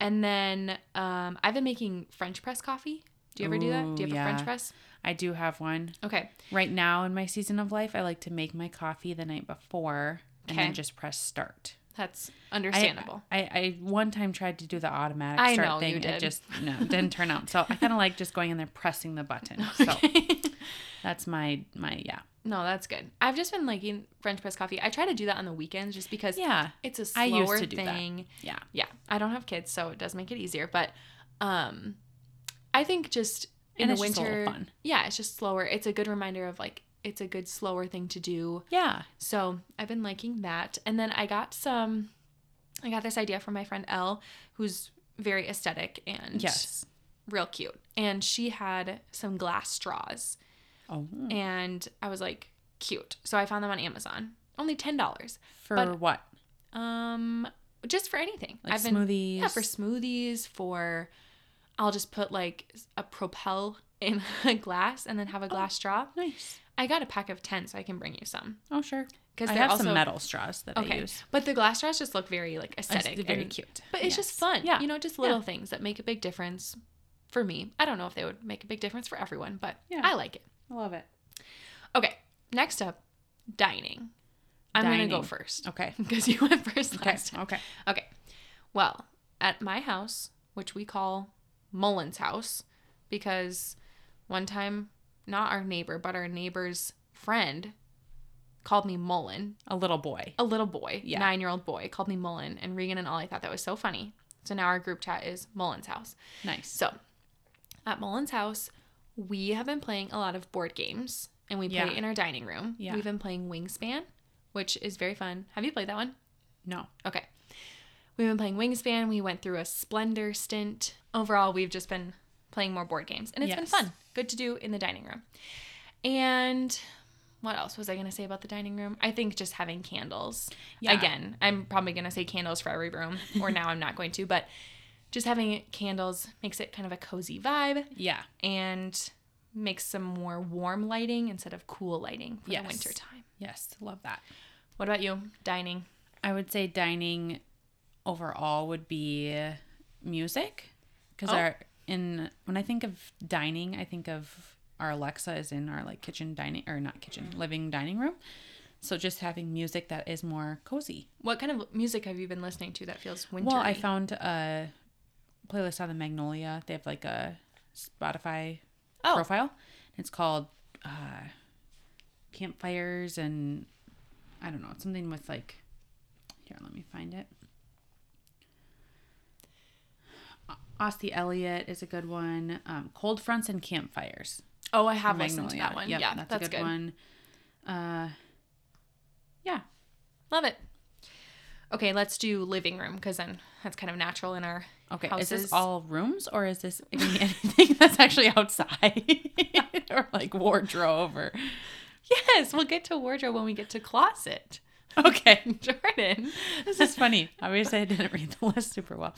[SPEAKER 1] And then um, I've been making French press coffee. Do you ever do that?
[SPEAKER 2] Ooh,
[SPEAKER 1] Do you have a
[SPEAKER 2] yeah.
[SPEAKER 1] French press?
[SPEAKER 2] I do have one.
[SPEAKER 1] Okay.
[SPEAKER 2] Right now in my season of life, I like to make my coffee the night before and then
[SPEAKER 1] Okay.
[SPEAKER 2] just press start.
[SPEAKER 1] That's
[SPEAKER 2] I-
[SPEAKER 1] understandable.
[SPEAKER 2] I, I one time tried to do the automatic
[SPEAKER 1] I
[SPEAKER 2] start
[SPEAKER 1] know,
[SPEAKER 2] thing.
[SPEAKER 1] you
[SPEAKER 2] It
[SPEAKER 1] did.
[SPEAKER 2] just no didn't turn out. So I kind of like just going in there pressing the button. So that's my my yeah
[SPEAKER 1] no, that's good. I've just been liking French press coffee. I try to do that on the weekends just because
[SPEAKER 2] yeah
[SPEAKER 1] it's a slower
[SPEAKER 2] I used to do that.
[SPEAKER 1] thing.
[SPEAKER 2] yeah
[SPEAKER 1] Yeah. I don't have kids, so it does make it easier. But um I think just in
[SPEAKER 2] And
[SPEAKER 1] the
[SPEAKER 2] it's just a
[SPEAKER 1] winter
[SPEAKER 2] little fun.
[SPEAKER 1] Yeah, it's just slower. It's a good reminder of like it's a good slower thing to do.
[SPEAKER 2] yeah
[SPEAKER 1] So I've been liking that. And then I got some, I got this idea from my friend Elle, who's very aesthetic and
[SPEAKER 2] yes
[SPEAKER 1] real cute. And she had some glass straws.
[SPEAKER 2] oh
[SPEAKER 1] And I was like, cute. So I found them on Amazon. Only $10.
[SPEAKER 2] for
[SPEAKER 1] but-
[SPEAKER 2] what
[SPEAKER 1] Um, just for anything.
[SPEAKER 2] like smoothies
[SPEAKER 1] Yeah, for smoothies, for I'll just put like a propel in a glass and then
[SPEAKER 2] Oh.
[SPEAKER 1] have a glass straw.
[SPEAKER 2] nice
[SPEAKER 1] I got a pack of 10 so I can bring you some.
[SPEAKER 2] oh sure
[SPEAKER 1] Because
[SPEAKER 2] I
[SPEAKER 1] they're
[SPEAKER 2] have
[SPEAKER 1] also
[SPEAKER 2] some metal straws that I
[SPEAKER 1] Okay.
[SPEAKER 2] use
[SPEAKER 1] But the glass straws just look very like
[SPEAKER 2] I just-
[SPEAKER 1] aesthetic.
[SPEAKER 2] they're very
[SPEAKER 1] and-
[SPEAKER 2] cute
[SPEAKER 1] But it's
[SPEAKER 2] Yes.
[SPEAKER 1] just fun.
[SPEAKER 2] yeah
[SPEAKER 1] You know, just little things that make a big difference for me. I don't know if they would make a big difference for everyone, but
[SPEAKER 2] Yeah.
[SPEAKER 1] I like it.
[SPEAKER 2] I love it
[SPEAKER 1] Okay. Next up, dining. I'm going to go
[SPEAKER 2] Dining.
[SPEAKER 1] first
[SPEAKER 2] okay
[SPEAKER 1] because you went first
[SPEAKER 2] okay
[SPEAKER 1] last time.
[SPEAKER 2] okay
[SPEAKER 1] Okay. Well, at my house, which we call Mullen's house, because one time, not our neighbor, but our neighbor's friend called me Mullen
[SPEAKER 2] a little boy
[SPEAKER 1] a little boy,
[SPEAKER 2] Yeah.
[SPEAKER 1] nine year old boy, called me Mullen, and Regan and Ollie thought that was so funny. So now our group chat is Mullen's house.
[SPEAKER 2] nice
[SPEAKER 1] So at Mullen's house, we have been playing a lot of board games, and we play
[SPEAKER 2] Yeah.
[SPEAKER 1] in our dining room.
[SPEAKER 2] Yeah.
[SPEAKER 1] We've been playing Wingspan, which is very fun. Have you played that one?
[SPEAKER 2] no
[SPEAKER 1] Okay. We've been playing Wingspan. We went through a Splendor stint. Overall, we've just been playing more board games, and it's been
[SPEAKER 2] Yes.
[SPEAKER 1] fun. Good to do in the dining room. And what else was I going to say about the dining room? I think just having candles.
[SPEAKER 2] Yeah.
[SPEAKER 1] Again, I'm probably going to say candles for every room, or now I'm not going to, but just having candles makes it kind of a cozy vibe
[SPEAKER 2] yeah
[SPEAKER 1] and makes some more warm lighting instead of cool lighting for
[SPEAKER 2] Yes.
[SPEAKER 1] the winter time.
[SPEAKER 2] yes love that
[SPEAKER 1] What about you? Dining.
[SPEAKER 2] I would say dining overall would be music because
[SPEAKER 1] Oh.
[SPEAKER 2] our in when I think of dining, I think of our Alexa is in our like kitchen dining or not kitchen living dining room. So just having music that is more cozy.
[SPEAKER 1] What kind of music have you been listening to that feels wintry?
[SPEAKER 2] Well, I found a playlist on the Magnolia. They have like a Spotify
[SPEAKER 1] Oh.
[SPEAKER 2] profile. It's called uh, Campfires and I don't know. It's something with like, here, let me find it. O- Ossie Elliott is a good one. Um, Cold Fronts and Campfires.
[SPEAKER 1] Oh, I have
[SPEAKER 2] from
[SPEAKER 1] listened to
[SPEAKER 2] Magnolia.
[SPEAKER 1] that one.
[SPEAKER 2] Yep,
[SPEAKER 1] yeah,
[SPEAKER 2] that's,
[SPEAKER 1] that's,
[SPEAKER 2] a good,
[SPEAKER 1] good.
[SPEAKER 2] one. Uh, yeah.
[SPEAKER 1] Love it. Okay, let's do living room because then that's kind of natural in our
[SPEAKER 2] Okay, is
[SPEAKER 1] houses.
[SPEAKER 2] this all rooms or is this any- anything that's actually outside or like wardrobe or?
[SPEAKER 1] Yes, we'll get to wardrobe when we get to closet.
[SPEAKER 2] Okay,
[SPEAKER 1] Jordan.
[SPEAKER 2] this is funny. Obviously, I didn't read the list super well.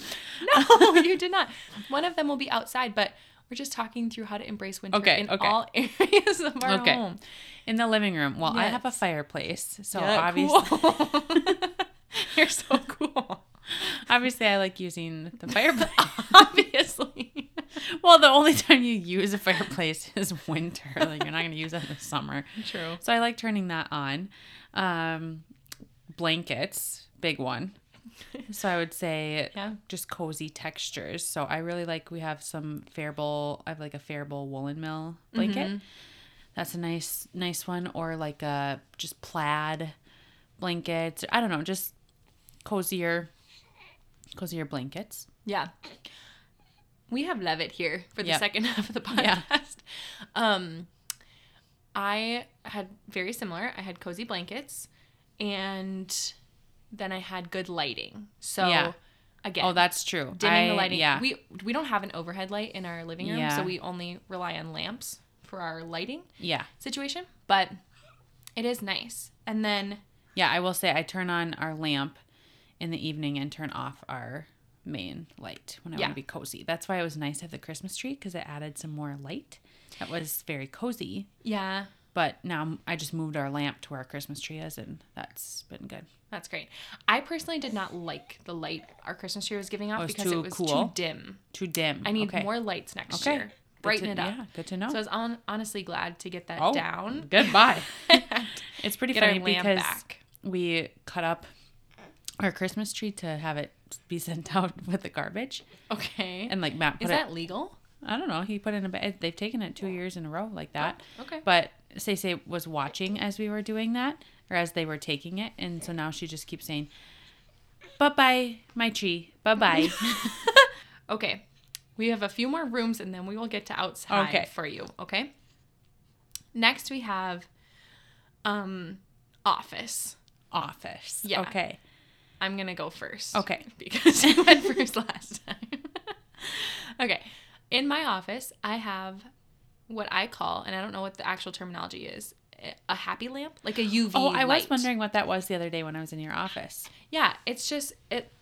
[SPEAKER 2] Um,
[SPEAKER 1] No, you did not. One of them will be outside, but we're just talking through how to embrace winter
[SPEAKER 2] Okay,
[SPEAKER 1] in
[SPEAKER 2] okay.
[SPEAKER 1] all areas of our
[SPEAKER 2] Okay.
[SPEAKER 1] home.
[SPEAKER 2] In the living room. Well, I have a
[SPEAKER 1] Yes.
[SPEAKER 2] fireplace, so
[SPEAKER 1] Yeah,
[SPEAKER 2] obviously,
[SPEAKER 1] cool.
[SPEAKER 2] you're so cool. Obviously, I like using the fireplace.
[SPEAKER 1] Obviously.
[SPEAKER 2] well, the only time you use a fireplace is winter. Like you're not going to use it in the summer.
[SPEAKER 1] True.
[SPEAKER 2] So I like turning that on. Um, blankets, big one. So I would say
[SPEAKER 1] Yeah.
[SPEAKER 2] just cozy textures. So I really like we have some Faribault. I have like a Faribault woolen mill blanket.
[SPEAKER 1] Mm-hmm.
[SPEAKER 2] That's a nice nice one, or like a just plaid blankets. I don't know, just cozier, cozier blankets.
[SPEAKER 1] Yeah. We have Levitt here for the
[SPEAKER 2] Yep.
[SPEAKER 1] second half of the podcast.
[SPEAKER 2] Yeah.
[SPEAKER 1] Um I had very similar. I had cozy blankets and then I had good lighting. So
[SPEAKER 2] Yeah.
[SPEAKER 1] again,
[SPEAKER 2] Oh, that's true.
[SPEAKER 1] dimming the
[SPEAKER 2] I-
[SPEAKER 1] lighting.
[SPEAKER 2] Yeah,
[SPEAKER 1] We we don't have an overhead light in our living room, so
[SPEAKER 2] Yeah.
[SPEAKER 1] we only rely on lamps for our lighting
[SPEAKER 2] yeah,
[SPEAKER 1] situation, but it is nice. And then
[SPEAKER 2] yeah. I will say I turn on our lamp in the evening and turn off our main light when I want
[SPEAKER 1] Yeah.
[SPEAKER 2] to be cozy. That's why it was nice to have the Christmas tree because it added some more light. That was very cozy.
[SPEAKER 1] yeah,
[SPEAKER 2] But now I'm- I just moved our lamp to where our Christmas tree is, and that's been good.
[SPEAKER 1] that's great. I personally did not like the light our Christmas tree was giving off
[SPEAKER 2] Oh, it's
[SPEAKER 1] because it
[SPEAKER 2] too
[SPEAKER 1] was
[SPEAKER 2] cool?
[SPEAKER 1] too dim.
[SPEAKER 2] Too dim.
[SPEAKER 1] I need
[SPEAKER 2] Okay.
[SPEAKER 1] more lights next
[SPEAKER 2] Okay.
[SPEAKER 1] year.
[SPEAKER 2] Good
[SPEAKER 1] Brighten
[SPEAKER 2] to-
[SPEAKER 1] it up.
[SPEAKER 2] Yeah, good to know.
[SPEAKER 1] So I was on, honestly glad to get that
[SPEAKER 2] Oh,
[SPEAKER 1] down.
[SPEAKER 2] Goodbye.
[SPEAKER 1] and
[SPEAKER 2] it's pretty
[SPEAKER 1] Get our
[SPEAKER 2] funny
[SPEAKER 1] lamp
[SPEAKER 2] because
[SPEAKER 1] back.
[SPEAKER 2] we cut up our Christmas tree to have it be sent out with the garbage,
[SPEAKER 1] Okay.
[SPEAKER 2] and like Matt put
[SPEAKER 1] Is
[SPEAKER 2] it.
[SPEAKER 1] that legal?
[SPEAKER 2] I don't know. He put it in a bag. They've taken it two years in a row like that.
[SPEAKER 1] Okay.
[SPEAKER 2] But Say Say was watching as we were doing that, or as they were taking it, and so now she just keeps saying, "Bye bye, my tree. Bye bye."
[SPEAKER 1] Okay. We have a few more rooms and then we will get to outside
[SPEAKER 2] Okay.
[SPEAKER 1] for you. Okay. Next we have um office.
[SPEAKER 2] Office.
[SPEAKER 1] Yeah.
[SPEAKER 2] Okay.
[SPEAKER 1] I'm gonna go first.
[SPEAKER 2] Okay.
[SPEAKER 1] Because you went first last time. okay. In my office, I have what I call, and I don't know what the actual terminology is, a happy lamp, like a UV.
[SPEAKER 2] Oh, I was
[SPEAKER 1] light.
[SPEAKER 2] wondering what that was the other day when I was in your office.
[SPEAKER 1] Yeah, it's just it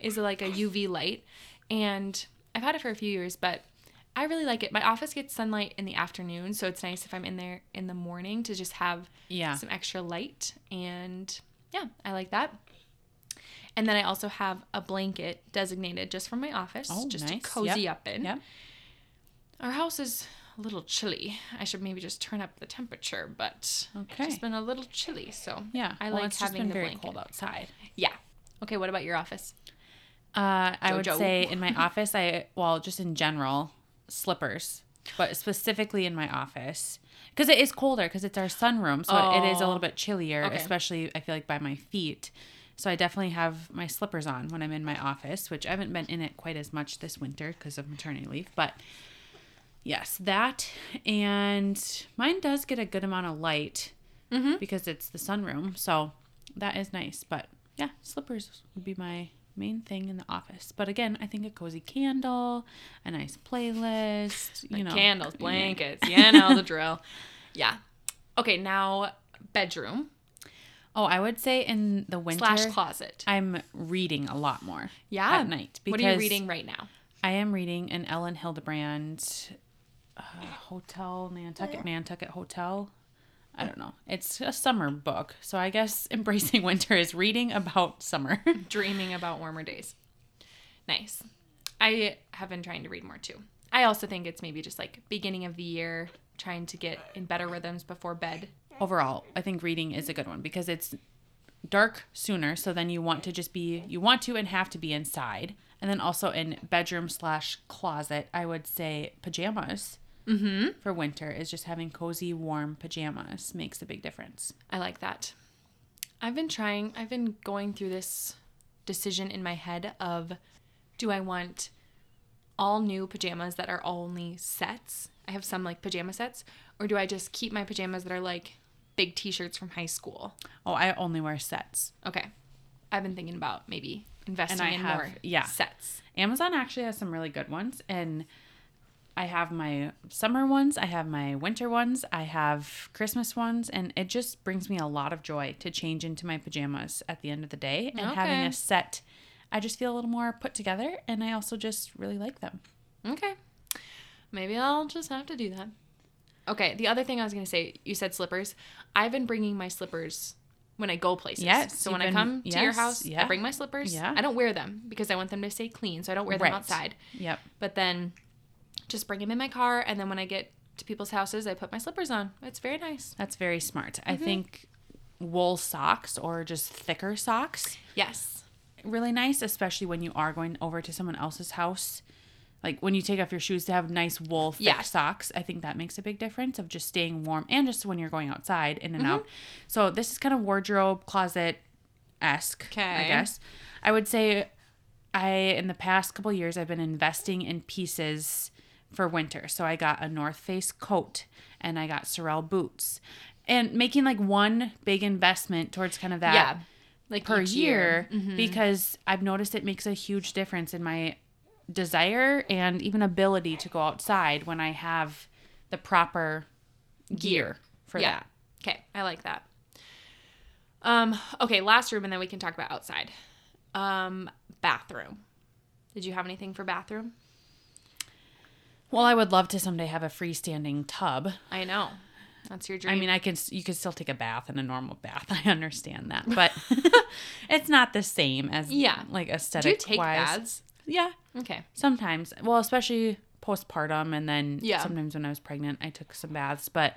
[SPEAKER 1] is like a UV light, and I've had it for a few years, but I really like it. My office gets sunlight in the afternoon, so it's nice if I'm in there in the morning to just have
[SPEAKER 2] Yeah.
[SPEAKER 1] some extra light, and yeah, I like that. And then I also have a blanket designated just from my office,
[SPEAKER 2] Oh,
[SPEAKER 1] just
[SPEAKER 2] nice.
[SPEAKER 1] to cozy
[SPEAKER 2] Yep.
[SPEAKER 1] up in.
[SPEAKER 2] Yep.
[SPEAKER 1] Our house is a little chilly. I should maybe just turn up the temperature, but
[SPEAKER 2] Okay.
[SPEAKER 1] it's been a little chilly, so
[SPEAKER 2] Yeah.
[SPEAKER 1] I
[SPEAKER 2] Well,
[SPEAKER 1] like
[SPEAKER 2] it's just
[SPEAKER 1] having
[SPEAKER 2] been
[SPEAKER 1] the
[SPEAKER 2] very
[SPEAKER 1] blanket.
[SPEAKER 2] cold outside.
[SPEAKER 1] Yeah. Okay, what about your office?
[SPEAKER 2] Uh, I would
[SPEAKER 1] Jojo.
[SPEAKER 2] say in my office, I well, just in general, slippers, but specifically in my office because it is colder because it's our sunroom, so it is a little bit chillier,
[SPEAKER 1] Oh. Okay.
[SPEAKER 2] especially I feel like by my feet. So I definitely have my slippers on when I'm in my office, which I haven't been in it quite as much this winter because of maternity leave, but yes, that and mine does get a good amount of light
[SPEAKER 1] Mm-hmm.
[SPEAKER 2] because it's the sunroom, so that is nice. But yeah, slippers would be my main thing in the office. But again, I think a cozy candle, a nice playlist, you know,
[SPEAKER 1] candles, blankets, yeah, know the drill. Yeah. Okay, now bedroom
[SPEAKER 2] Oh, I would say in the winter,
[SPEAKER 1] slash closet.
[SPEAKER 2] I'm reading a lot more.
[SPEAKER 1] Yeah.
[SPEAKER 2] at night.
[SPEAKER 1] What are you
[SPEAKER 2] because
[SPEAKER 1] reading right now?
[SPEAKER 2] I am reading an Ellen Hildebrand uh, Hotel Nantucket Nantucket Hotel. I don't know. It's a summer book, so I guess embracing winter is reading about summer.
[SPEAKER 1] Dreaming about warmer days. Nice. I have been trying to read more too. I also think it's maybe just like beginning of the year, trying to get in better rhythms before bed.
[SPEAKER 2] overall, I think reading is a good one because it's dark sooner. So then you want to just be, you want to and have to be inside. And then also in bedroom slash closet, I would say pajamas
[SPEAKER 1] Mm-hmm.
[SPEAKER 2] for winter is just having cozy, warm pajamas makes a big difference.
[SPEAKER 1] I like that. I've been trying, I've been going through this decision in my head of do I want all new pajamas that are only sets? I have some like pajama sets, or do I just keep my pajamas that are like big t shirts from high school?
[SPEAKER 2] Oh, I only wear sets.
[SPEAKER 1] Okay. I've been thinking about maybe investing
[SPEAKER 2] I
[SPEAKER 1] in
[SPEAKER 2] have-
[SPEAKER 1] more
[SPEAKER 2] yeah.
[SPEAKER 1] sets.
[SPEAKER 2] Amazon actually has some really good ones and I have my summer ones, I have my winter ones, I have Christmas ones and it just brings me a lot of joy to change into my pajamas at the end of the day and having
[SPEAKER 1] Okay.
[SPEAKER 2] a set I just feel a little more put together and I also just really like them.
[SPEAKER 1] Okay. Maybe I'll just have to do that. Okay. The other thing I was going to say, you said slippers. I've been bringing my slippers when I go places.
[SPEAKER 2] Yes,
[SPEAKER 1] So
[SPEAKER 2] you've
[SPEAKER 1] when I
[SPEAKER 2] been-
[SPEAKER 1] come to your
[SPEAKER 2] yes,
[SPEAKER 1] house, I
[SPEAKER 2] yeah.
[SPEAKER 1] bring my slippers.
[SPEAKER 2] Yeah.
[SPEAKER 1] I don't wear them because I want them to stay clean. So I don't wear them
[SPEAKER 2] Right.
[SPEAKER 1] outside.
[SPEAKER 2] Yep.
[SPEAKER 1] But then just bring them in my car. And then when I get to people's houses, I put my slippers on. It's very nice.
[SPEAKER 2] That's very smart. I think wool socks or just thicker socks
[SPEAKER 1] Yes.
[SPEAKER 2] really nice, especially when you are going over to someone else's house. Like when you take off your shoes to have nice wool thick
[SPEAKER 1] Yeah.
[SPEAKER 2] socks, I think that makes a big difference of just staying warm and just when you're going outside in and
[SPEAKER 1] Mm-hmm.
[SPEAKER 2] out. So this is kind of wardrobe closet esque, I
[SPEAKER 1] Okay.
[SPEAKER 2] guess. I would say I in the past couple years I've been investing in pieces for winter. So I got a North Face coat and I got Sorel boots. And making like one big investment towards kind of that
[SPEAKER 1] yeah. Like
[SPEAKER 2] per
[SPEAKER 1] each
[SPEAKER 2] year, Mm-hmm. because I've noticed it makes a huge difference in my desire and even ability to go outside when I have the proper gear for
[SPEAKER 1] yeah.
[SPEAKER 2] that.
[SPEAKER 1] Okay, I like that. Um, okay, last room, and then we can talk about outside. Um, bathroom. Did you have anything for bathroom?
[SPEAKER 2] Well, I would love to someday have a freestanding tub.
[SPEAKER 1] I know, that's your dream.
[SPEAKER 2] I mean, I can s- you could still take a bath in a normal bath. I understand that, but it's not the same as
[SPEAKER 1] Yeah.
[SPEAKER 2] like
[SPEAKER 1] do you
[SPEAKER 2] aesthetic
[SPEAKER 1] take
[SPEAKER 2] wise.
[SPEAKER 1] baths?
[SPEAKER 2] Yeah,
[SPEAKER 1] Okay,
[SPEAKER 2] sometimes well especially postpartum and then
[SPEAKER 1] Yeah.
[SPEAKER 2] sometimes when i was pregnant i took some baths but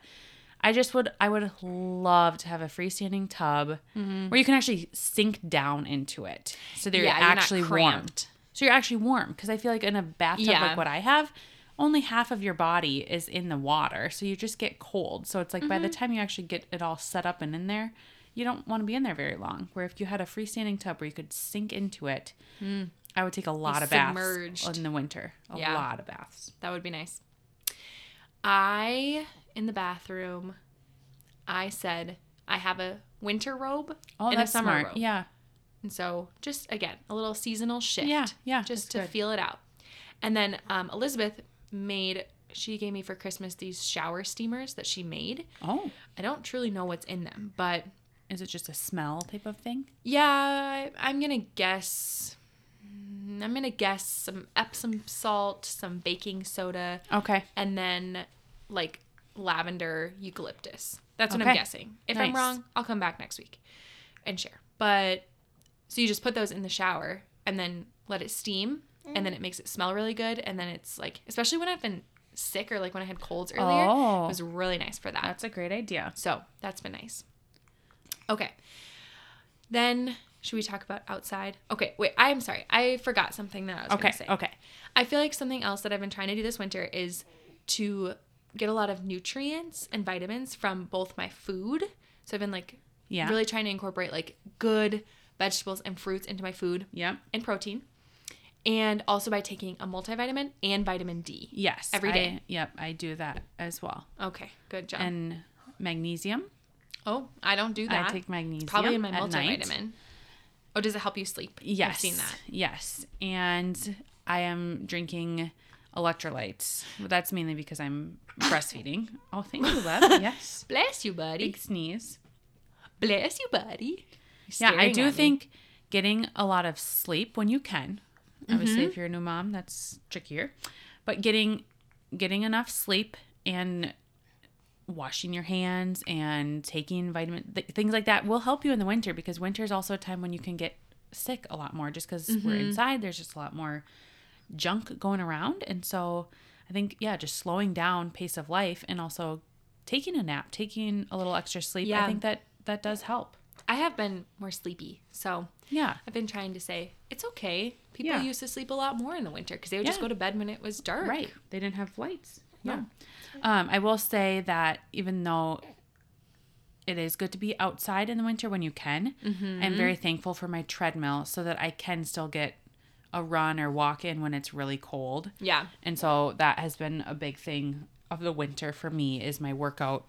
[SPEAKER 2] i just would i would love to have a freestanding tub where you can actually sink down into it so that you're
[SPEAKER 1] Mm-hmm. Yeah, you're not
[SPEAKER 2] actually warm
[SPEAKER 1] cramped.
[SPEAKER 2] so you're actually warm because i feel like in a bathtub
[SPEAKER 1] Yeah.
[SPEAKER 2] like what i have only half of your body is in the water so you just get cold so it's like by the
[SPEAKER 1] Mm-hmm.
[SPEAKER 2] time you actually get it all set up and in there you don't want to be in there very long where if you had a freestanding tub where you could sink into it I would take a lot of
[SPEAKER 1] submerged.
[SPEAKER 2] baths in the winter. A
[SPEAKER 1] Yeah.
[SPEAKER 2] lot of baths.
[SPEAKER 1] that would be nice. I in the bathroom. I said I have a winter robe
[SPEAKER 2] Oh,
[SPEAKER 1] and
[SPEAKER 2] that's
[SPEAKER 1] a summer
[SPEAKER 2] smart.
[SPEAKER 1] robe,
[SPEAKER 2] Yeah,
[SPEAKER 1] and so just again a little seasonal shift.
[SPEAKER 2] yeah, yeah.
[SPEAKER 1] just
[SPEAKER 2] Ah, that's
[SPEAKER 1] to
[SPEAKER 2] good.
[SPEAKER 1] feel it out. And then um, Elizabeth made, she gave me for Christmas these shower steamers that she made.
[SPEAKER 2] Oh,
[SPEAKER 1] I don't truly know what's in them, but
[SPEAKER 2] is it just a smell type of thing?
[SPEAKER 1] yeah, I- I'm going to guess. mm, I'm going to guess some Epsom salt, some baking soda,
[SPEAKER 2] Okay.
[SPEAKER 1] and then like lavender eucalyptus. That's what I'm
[SPEAKER 2] Okay.
[SPEAKER 1] guessing. If I'm
[SPEAKER 2] Nice.
[SPEAKER 1] wrong, I'll come back next week and share. But so you just put those in the shower and then let it steam and then it makes it smell really good and then it's like especially when I've been sick or like when I had colds earlier,
[SPEAKER 2] Oh.
[SPEAKER 1] it was really nice for that.
[SPEAKER 2] That's a great idea.
[SPEAKER 1] so, that's been nice. Okay. Then should we talk about outside? Okay, wait, I'm sorry. I forgot something that I was
[SPEAKER 2] Okay.
[SPEAKER 1] going to say.
[SPEAKER 2] Okay.
[SPEAKER 1] I feel like something else that I've been trying to do this winter is to get a lot of nutrients and vitamins from both my food. So I've been like
[SPEAKER 2] Yeah.
[SPEAKER 1] really trying to incorporate like good vegetables and fruits into my food
[SPEAKER 2] Yep.
[SPEAKER 1] and protein. And also by taking a multivitamin and vitamin D.
[SPEAKER 2] Yes.
[SPEAKER 1] Every
[SPEAKER 2] I-
[SPEAKER 1] day.
[SPEAKER 2] yep. I do that as well.
[SPEAKER 1] Okay, good job.
[SPEAKER 2] And magnesium.
[SPEAKER 1] oh, I don't do that.
[SPEAKER 2] I take magnesium.
[SPEAKER 1] Probably in my
[SPEAKER 2] at night.
[SPEAKER 1] multivitamin. Oh, does it help you sleep?
[SPEAKER 2] Yes.
[SPEAKER 1] I've seen that.
[SPEAKER 2] Yes. And I am drinking electrolytes. That's mainly because I'm breastfeeding. Oh, thank you, love. Yes.
[SPEAKER 1] Bless you, buddy.
[SPEAKER 2] Big sneeze.
[SPEAKER 1] Bless you, buddy. You're
[SPEAKER 2] Yeah, I
[SPEAKER 1] staring
[SPEAKER 2] do
[SPEAKER 1] at me.
[SPEAKER 2] think getting a lot of sleep when you can. Obviously,
[SPEAKER 1] Mm-hmm.
[SPEAKER 2] if you're a new mom, that's trickier. But getting getting enough sleep and washing your hands and taking vitamin th- things like that will help you in the winter because winter is also a time when you can get sick a lot more just because we're
[SPEAKER 1] Mm-hmm.
[SPEAKER 2] inside. There's just a lot more junk going around, and so I think yeah, just slowing down pace of life and also taking a nap, taking a little extra sleep. I
[SPEAKER 1] Yeah.
[SPEAKER 2] think that that does help.
[SPEAKER 1] I have been more sleepy. So
[SPEAKER 2] Yeah.
[SPEAKER 1] I've been trying to say it's okay. People
[SPEAKER 2] Yeah.
[SPEAKER 1] used to sleep a lot more in the winter because they would just
[SPEAKER 2] Yeah.
[SPEAKER 1] go to bed when it was dark.
[SPEAKER 2] Right. They didn't have flights. Yeah. Um, I will say that even though it is good to be outside in the winter when you can,
[SPEAKER 1] Mm-hmm.
[SPEAKER 2] I'm very thankful for my treadmill so that I can still get a run or walk in when it's really cold.
[SPEAKER 1] Yeah.
[SPEAKER 2] And so that has been a big thing of the winter for me is my workout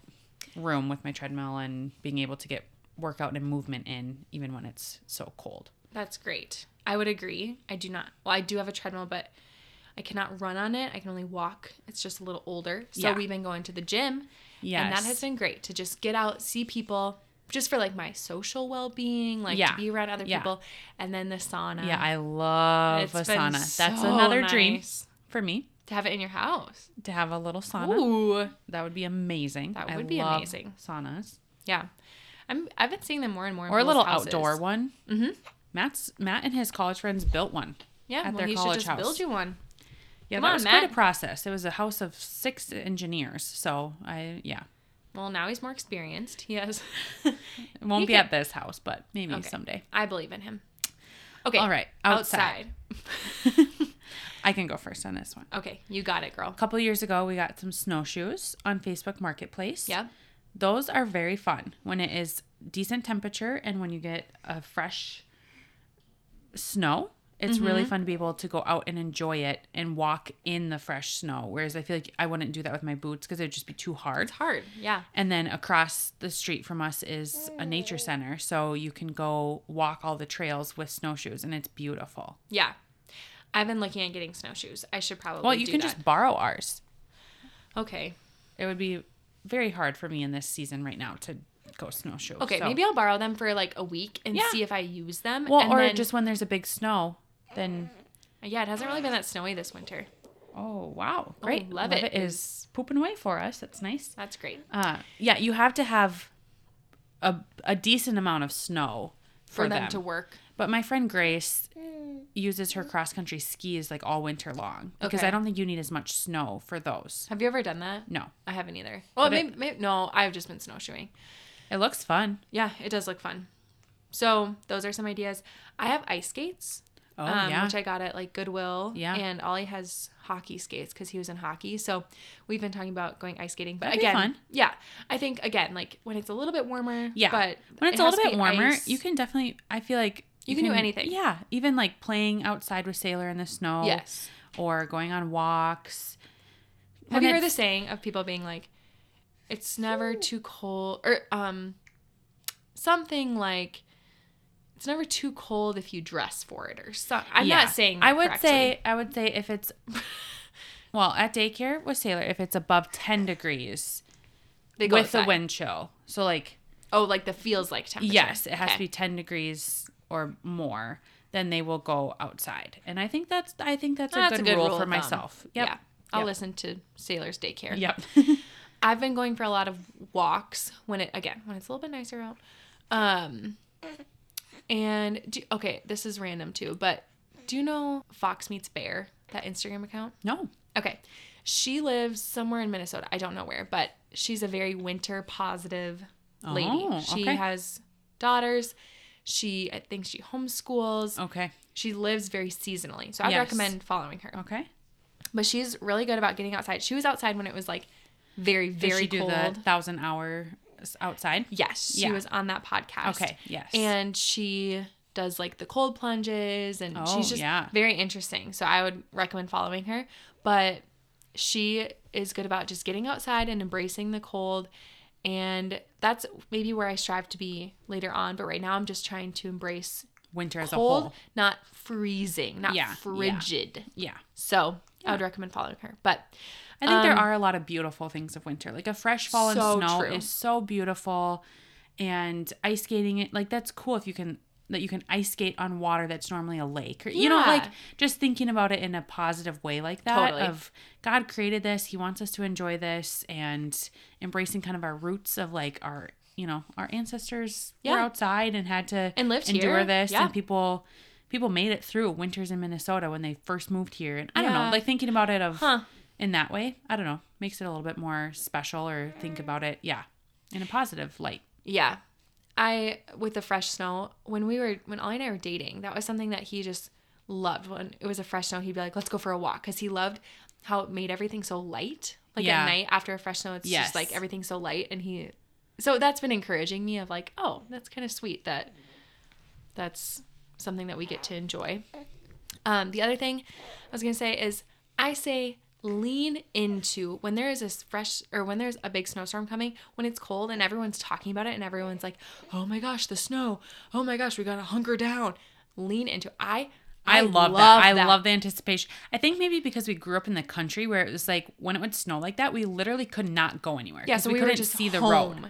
[SPEAKER 2] room with my treadmill and being able to get workout and movement in even when it's so cold.
[SPEAKER 1] That's great. I would agree. I do not. Well, I do have a treadmill, but I cannot run on it. I can only walk. It's just a little older. So
[SPEAKER 2] Yeah.
[SPEAKER 1] we've been going to the gym.
[SPEAKER 2] Yes.
[SPEAKER 1] And that has been great to just get out, see people, just for like my social well being, like
[SPEAKER 2] Yeah.
[SPEAKER 1] to be around other
[SPEAKER 2] Yeah.
[SPEAKER 1] people. And then the sauna.
[SPEAKER 2] Yeah, I love
[SPEAKER 1] It's
[SPEAKER 2] a
[SPEAKER 1] been
[SPEAKER 2] sauna. That's
[SPEAKER 1] so
[SPEAKER 2] another dream Uh-huh.
[SPEAKER 1] nice
[SPEAKER 2] for me
[SPEAKER 1] To have it in your house.
[SPEAKER 2] to have a little sauna.
[SPEAKER 1] Ooh.
[SPEAKER 2] That would be amazing.
[SPEAKER 1] That
[SPEAKER 2] I
[SPEAKER 1] would be
[SPEAKER 2] love
[SPEAKER 1] amazing.
[SPEAKER 2] Saunas
[SPEAKER 1] Yeah. I'm, I've been seeing them more and more. in
[SPEAKER 2] or a
[SPEAKER 1] people's
[SPEAKER 2] little
[SPEAKER 1] houses.
[SPEAKER 2] outdoor one. Mm-hmm. Matt's Matt and his college friends built one.
[SPEAKER 1] Yeah.
[SPEAKER 2] at
[SPEAKER 1] well,
[SPEAKER 2] their
[SPEAKER 1] you
[SPEAKER 2] college
[SPEAKER 1] should just
[SPEAKER 2] house.
[SPEAKER 1] build you one.
[SPEAKER 2] Yeah,
[SPEAKER 1] Come
[SPEAKER 2] that
[SPEAKER 1] on,
[SPEAKER 2] was
[SPEAKER 1] Matt.
[SPEAKER 2] quite a process. It was a house of six engineers. So I yeah,
[SPEAKER 1] Well, now he's more experienced. He has.
[SPEAKER 2] it won't
[SPEAKER 1] He
[SPEAKER 2] be
[SPEAKER 1] can-
[SPEAKER 2] at this house, but maybe
[SPEAKER 1] Okay.
[SPEAKER 2] someday.
[SPEAKER 1] I believe in him. Okay.
[SPEAKER 2] All right, outside.
[SPEAKER 1] Outside.
[SPEAKER 2] I can go first on this one.
[SPEAKER 1] okay. You got it, girl.
[SPEAKER 2] A couple years ago, we got some snowshoes on Facebook Marketplace.
[SPEAKER 1] Yep.
[SPEAKER 2] Those are very fun when it is decent temperature and when you get a fresh snow. It's really
[SPEAKER 1] Mm-hmm.
[SPEAKER 2] fun to be able to go out and enjoy it and walk in the fresh snow. Whereas I feel like I wouldn't do that with my boots because it would just be too hard.
[SPEAKER 1] It's hard. Yeah.
[SPEAKER 2] And then across the street from us is a nature center. So you can go walk all the trails with snowshoes and it's beautiful.
[SPEAKER 1] Yeah. I've been looking at getting snowshoes. I should probably.
[SPEAKER 2] Well, you
[SPEAKER 1] do
[SPEAKER 2] can
[SPEAKER 1] that.
[SPEAKER 2] just borrow ours.
[SPEAKER 1] Okay.
[SPEAKER 2] It would be very hard for me in this season right now to go snowshoe.
[SPEAKER 1] Okay.
[SPEAKER 2] so-
[SPEAKER 1] Maybe I'll borrow them for like a week and
[SPEAKER 2] Yeah.
[SPEAKER 1] see if I use them.
[SPEAKER 2] Well,
[SPEAKER 1] and
[SPEAKER 2] or
[SPEAKER 1] then-
[SPEAKER 2] just when there's a big snow, then
[SPEAKER 1] Yeah, it hasn't really been that snowy this winter.
[SPEAKER 2] oh wow, great,
[SPEAKER 1] love it
[SPEAKER 2] is pooping away for us. That's nice.
[SPEAKER 1] That's great.
[SPEAKER 2] Uh, yeah, you have to have a a decent amount of snow
[SPEAKER 1] For, them, to Mm. work.
[SPEAKER 2] But my friend Grace uses her cross country skis like all winter long because
[SPEAKER 1] Okay.
[SPEAKER 2] I don't think you need as much snow for those.
[SPEAKER 1] Have you ever done that?
[SPEAKER 2] No,
[SPEAKER 1] I haven't either. Well,
[SPEAKER 2] But it-
[SPEAKER 1] maybe, maybe no. I've just been snowshoeing.
[SPEAKER 2] it looks fun.
[SPEAKER 1] Yeah, it does look fun. So those are some ideas. I have ice skates.
[SPEAKER 2] Oh
[SPEAKER 1] um,
[SPEAKER 2] yeah,
[SPEAKER 1] which I got at like Goodwill.
[SPEAKER 2] Yeah.
[SPEAKER 1] And Ollie has hockey skates because he was in hockey. So we've been talking about going ice skating. But
[SPEAKER 2] That'd be
[SPEAKER 1] again,
[SPEAKER 2] fun.
[SPEAKER 1] yeah, I think again, like when it's a little bit warmer.
[SPEAKER 2] yeah.
[SPEAKER 1] But
[SPEAKER 2] when
[SPEAKER 1] it
[SPEAKER 2] it's a
[SPEAKER 1] has to
[SPEAKER 2] little bit
[SPEAKER 1] be
[SPEAKER 2] warmer,
[SPEAKER 1] ice.
[SPEAKER 2] you can definitely. I feel like
[SPEAKER 1] You can do anything.
[SPEAKER 2] Yeah, even like playing outside with Sailor in the snow.
[SPEAKER 1] Yes.
[SPEAKER 2] or going on walks.
[SPEAKER 1] Have
[SPEAKER 2] when
[SPEAKER 1] you heard the
[SPEAKER 2] it's-
[SPEAKER 1] saying of people being like, "It's never too cold," or um, something like, "It's never too cold if you dress for it," or so. I'm
[SPEAKER 2] Yeah.
[SPEAKER 1] not saying.
[SPEAKER 2] I would
[SPEAKER 1] correctly.
[SPEAKER 2] say I would say if it's well at daycare with Sailor if it's above ten degrees
[SPEAKER 1] they go
[SPEAKER 2] with
[SPEAKER 1] outside.
[SPEAKER 2] the wind chill. So like
[SPEAKER 1] Oh, like the feels like temperature.
[SPEAKER 2] yes, it has to
[SPEAKER 1] Okay.
[SPEAKER 2] be ten degrees or more. Then they will go outside, and I think that's I think that's, a, good rule,
[SPEAKER 1] of
[SPEAKER 2] for
[SPEAKER 1] thumb.
[SPEAKER 2] myself. Yep.
[SPEAKER 1] Yeah. I'll
[SPEAKER 2] Yep.
[SPEAKER 1] listen to Sailor's Daycare.
[SPEAKER 2] Yep.
[SPEAKER 1] I've been going for a lot of walks when it again when it's a little bit nicer out. Um, and do, okay, this is random too, but do you know Fox Meets Bear that Instagram account?
[SPEAKER 2] no.
[SPEAKER 1] Okay, she lives somewhere in Minnesota. I don't know where, but she's a very winter positive lady.
[SPEAKER 2] Oh,
[SPEAKER 1] She
[SPEAKER 2] okay.
[SPEAKER 1] has daughters. She I think she homeschools.
[SPEAKER 2] Okay.
[SPEAKER 1] She lives very seasonally, so I would
[SPEAKER 2] Oh. Yes.
[SPEAKER 1] recommend following her.
[SPEAKER 2] Okay.
[SPEAKER 1] But she's really good about getting outside. She was outside when it was like very
[SPEAKER 2] Does
[SPEAKER 1] very
[SPEAKER 2] she do
[SPEAKER 1] cold.
[SPEAKER 2] the thousand hours outside?
[SPEAKER 1] Yes, she
[SPEAKER 2] Yeah.
[SPEAKER 1] was on that podcast.
[SPEAKER 2] Okay. Yes.
[SPEAKER 1] And she does like the cold plunges and
[SPEAKER 2] Oh,
[SPEAKER 1] she's just
[SPEAKER 2] yeah.
[SPEAKER 1] very interesting. So I would recommend following her. But she is good about just getting outside and embracing the cold. And that's maybe where I strive to be later on. But right now I'm just trying to embrace
[SPEAKER 2] winter as a
[SPEAKER 1] cold,
[SPEAKER 2] whole.
[SPEAKER 1] not freezing, not
[SPEAKER 2] Yeah, yeah.
[SPEAKER 1] frigid.
[SPEAKER 2] Yeah.
[SPEAKER 1] So I would recommend following her. But
[SPEAKER 2] I think there
[SPEAKER 1] Um,
[SPEAKER 2] are a lot of beautiful things of winter. Like a fresh fallen
[SPEAKER 1] So
[SPEAKER 2] snow
[SPEAKER 1] true.
[SPEAKER 2] is so beautiful, and ice skating it like that's cool if you can that you can ice skate on water that's normally a lake or you know
[SPEAKER 1] Yeah.
[SPEAKER 2] like just thinking about it in a positive way like that
[SPEAKER 1] Totally.
[SPEAKER 2] of God created this, He wants us to enjoy this, and embracing kind of our roots of like our you know our ancestors were
[SPEAKER 1] Yeah.
[SPEAKER 2] outside and had to
[SPEAKER 1] And lived
[SPEAKER 2] endure
[SPEAKER 1] here.
[SPEAKER 2] this,
[SPEAKER 1] Yeah.
[SPEAKER 2] and people people made it through winters in Minnesota when they first moved here, and I don't know
[SPEAKER 1] Yeah.
[SPEAKER 2] like thinking about it of
[SPEAKER 1] Huh.
[SPEAKER 2] in that way. I don't know. Makes it a little bit more special or think about it, yeah, in a positive light.
[SPEAKER 1] Yeah. I with the fresh snow, when we were when Ollie and I were dating, that was something that he just loved. When it was a fresh snow, he'd be like, Let's go for a walk because he loved how it made everything so light. Like
[SPEAKER 2] Yeah.
[SPEAKER 1] at night after a fresh snow, it's
[SPEAKER 2] Yes.
[SPEAKER 1] just like everything's so light, and he. So that's been encouraging me of like, oh, that's kind of sweet that. That's something that we get to enjoy. Um, the other thing I was gonna say is I say lean into when there is this fresh or when there's a big snowstorm coming when it's cold and everyone's talking about it and everyone's like oh my gosh the snow oh my gosh we gotta hunker down lean into i
[SPEAKER 2] I love, that. I love the anticipation. I think maybe because we grew up in the country where it was like when it would snow like that, we literally could not go anywhere.
[SPEAKER 1] Yeah,
[SPEAKER 2] 'cause
[SPEAKER 1] so we were just home.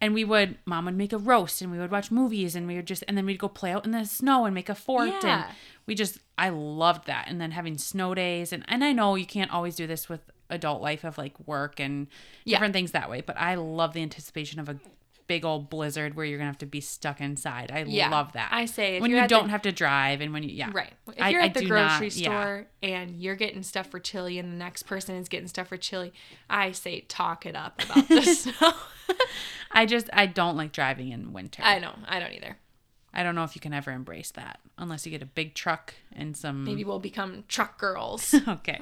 [SPEAKER 2] And we would, mom would make a roast and we would watch movies and we would just, and then we'd go play out in the snow and make a fort.
[SPEAKER 1] Yeah.
[SPEAKER 2] And we just, I loved that. And then having snow days. And, and I know you can't always do this with adult life of like work and
[SPEAKER 1] Yeah.
[SPEAKER 2] different things that way, but I love the anticipation of a big old blizzard where you're going to have to be stuck inside. I
[SPEAKER 1] Yeah.
[SPEAKER 2] love that.
[SPEAKER 1] I say if
[SPEAKER 2] when
[SPEAKER 1] you're
[SPEAKER 2] you
[SPEAKER 1] at the-
[SPEAKER 2] don't have to drive and when you, yeah.
[SPEAKER 1] Right. If
[SPEAKER 2] I-
[SPEAKER 1] you're
[SPEAKER 2] I
[SPEAKER 1] at the
[SPEAKER 2] do not-
[SPEAKER 1] grocery
[SPEAKER 2] yeah.
[SPEAKER 1] store and you're getting stuff for chili and the next person is getting stuff for chili, I say talk it up about the snow.
[SPEAKER 2] I just I don't like driving in winter.
[SPEAKER 1] I
[SPEAKER 2] I,
[SPEAKER 1] don't. I don't either.
[SPEAKER 2] don't know if you can ever embrace that unless you get a big truck and some
[SPEAKER 1] Maybe we'll become truck girls.
[SPEAKER 2] Okay.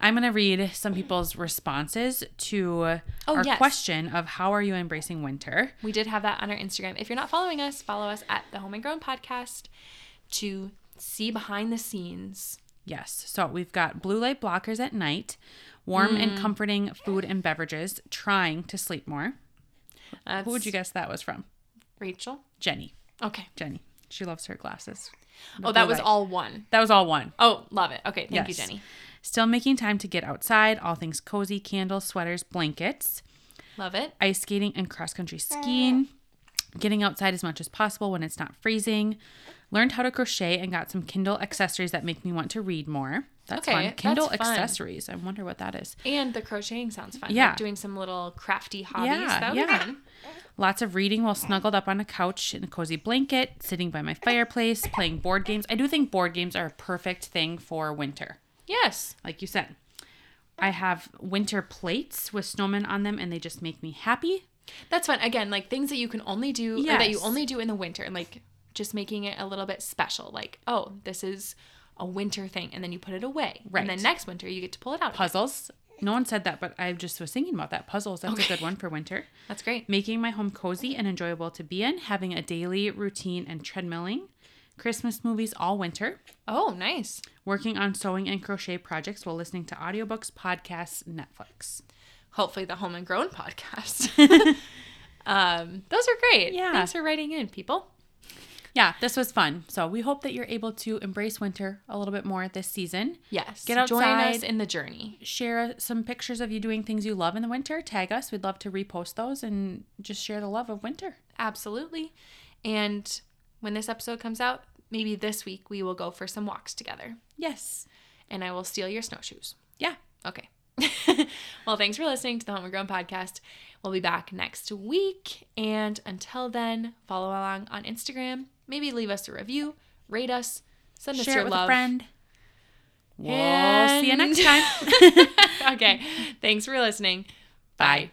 [SPEAKER 2] I'm going to read some people's responses to
[SPEAKER 1] Oh,
[SPEAKER 2] our
[SPEAKER 1] yes.
[SPEAKER 2] question of how are you embracing winter?
[SPEAKER 1] we did have that on our Instagram. If you're not following us, follow us at the Home and Grown Podcast to see behind the scenes.
[SPEAKER 2] Yes. So we've got blue light blockers at night, warm
[SPEAKER 1] Mm.
[SPEAKER 2] and comforting food and beverages, trying to sleep more.
[SPEAKER 1] That's
[SPEAKER 2] Who would you guess that was from?
[SPEAKER 1] Rachel.
[SPEAKER 2] Jenny.
[SPEAKER 1] Okay.
[SPEAKER 2] Jenny. She loves her glasses.
[SPEAKER 1] Oh, that
[SPEAKER 2] blue
[SPEAKER 1] was
[SPEAKER 2] light.
[SPEAKER 1] all one.
[SPEAKER 2] That was all one.
[SPEAKER 1] Oh, love it. Okay, thank you,
[SPEAKER 2] Yes.
[SPEAKER 1] Jenny.
[SPEAKER 2] Still making time to get outside, all things cozy, candles, sweaters, blankets.
[SPEAKER 1] Love it.
[SPEAKER 2] ice skating and cross country skiing, getting outside as much as possible when it's not freezing, learned how to crochet and got some Kindle accessories that make me want to read more. That's
[SPEAKER 1] Okay,
[SPEAKER 2] fun.
[SPEAKER 1] that's
[SPEAKER 2] Kindle
[SPEAKER 1] fun.
[SPEAKER 2] accessories. I wonder what that is.
[SPEAKER 1] And the crocheting sounds fun.
[SPEAKER 2] Yeah.
[SPEAKER 1] Like doing some little crafty hobbies.
[SPEAKER 2] Yeah,
[SPEAKER 1] that would
[SPEAKER 2] yeah.
[SPEAKER 1] be fun.
[SPEAKER 2] Lots of reading while snuggled up on a couch in a cozy blanket, sitting by my fireplace, playing board games. I do think board games are a perfect thing for winter,
[SPEAKER 1] Yes.
[SPEAKER 2] like you said. I have winter plates with snowmen on them and they just make me happy.
[SPEAKER 1] That's fun. Again, like things that you can only do or that you
[SPEAKER 2] Yes.
[SPEAKER 1] only do in the winter and like just making it a little bit special. Like, oh, this is a winter thing and then you put it away.
[SPEAKER 2] Right.
[SPEAKER 1] And then next winter you get to pull it out. again.
[SPEAKER 2] Puzzles. No one said that, but I just was thinking about that. Puzzles, that's
[SPEAKER 1] Okay.
[SPEAKER 2] a good one for winter.
[SPEAKER 1] That's great.
[SPEAKER 2] making my home cozy and enjoyable to be in, having a daily routine and treadmilling, Christmas movies all winter,
[SPEAKER 1] Oh, nice.
[SPEAKER 2] working on sewing and crochet projects while listening to audiobooks, podcasts, Netflix.
[SPEAKER 1] Hopefully the home and grown podcast. um, those are great.
[SPEAKER 2] Yeah.
[SPEAKER 1] Thanks for writing in, people.
[SPEAKER 2] Yeah, this was fun. So we hope that you're able to embrace winter a little bit more this season.
[SPEAKER 1] Yes.
[SPEAKER 2] Get
[SPEAKER 1] Join us
[SPEAKER 2] outside.
[SPEAKER 1] in the journey.
[SPEAKER 2] Share some pictures of you doing things you love in the winter. Tag us. We'd love to repost those and just share the love of winter.
[SPEAKER 1] Absolutely. And when this episode comes out, maybe this week we will go for some walks together
[SPEAKER 2] Yes.
[SPEAKER 1] and I will steal your snowshoes.
[SPEAKER 2] Yeah.
[SPEAKER 1] Okay. well, thanks for listening to the Home and Grown podcast. We'll be back next week. And until then, follow along on Instagram. Maybe leave us a review, rate us, send us
[SPEAKER 2] Share
[SPEAKER 1] your
[SPEAKER 2] it with
[SPEAKER 1] love.
[SPEAKER 2] a friend. We'll see you next time.
[SPEAKER 1] okay. Thanks for listening.
[SPEAKER 2] Bye.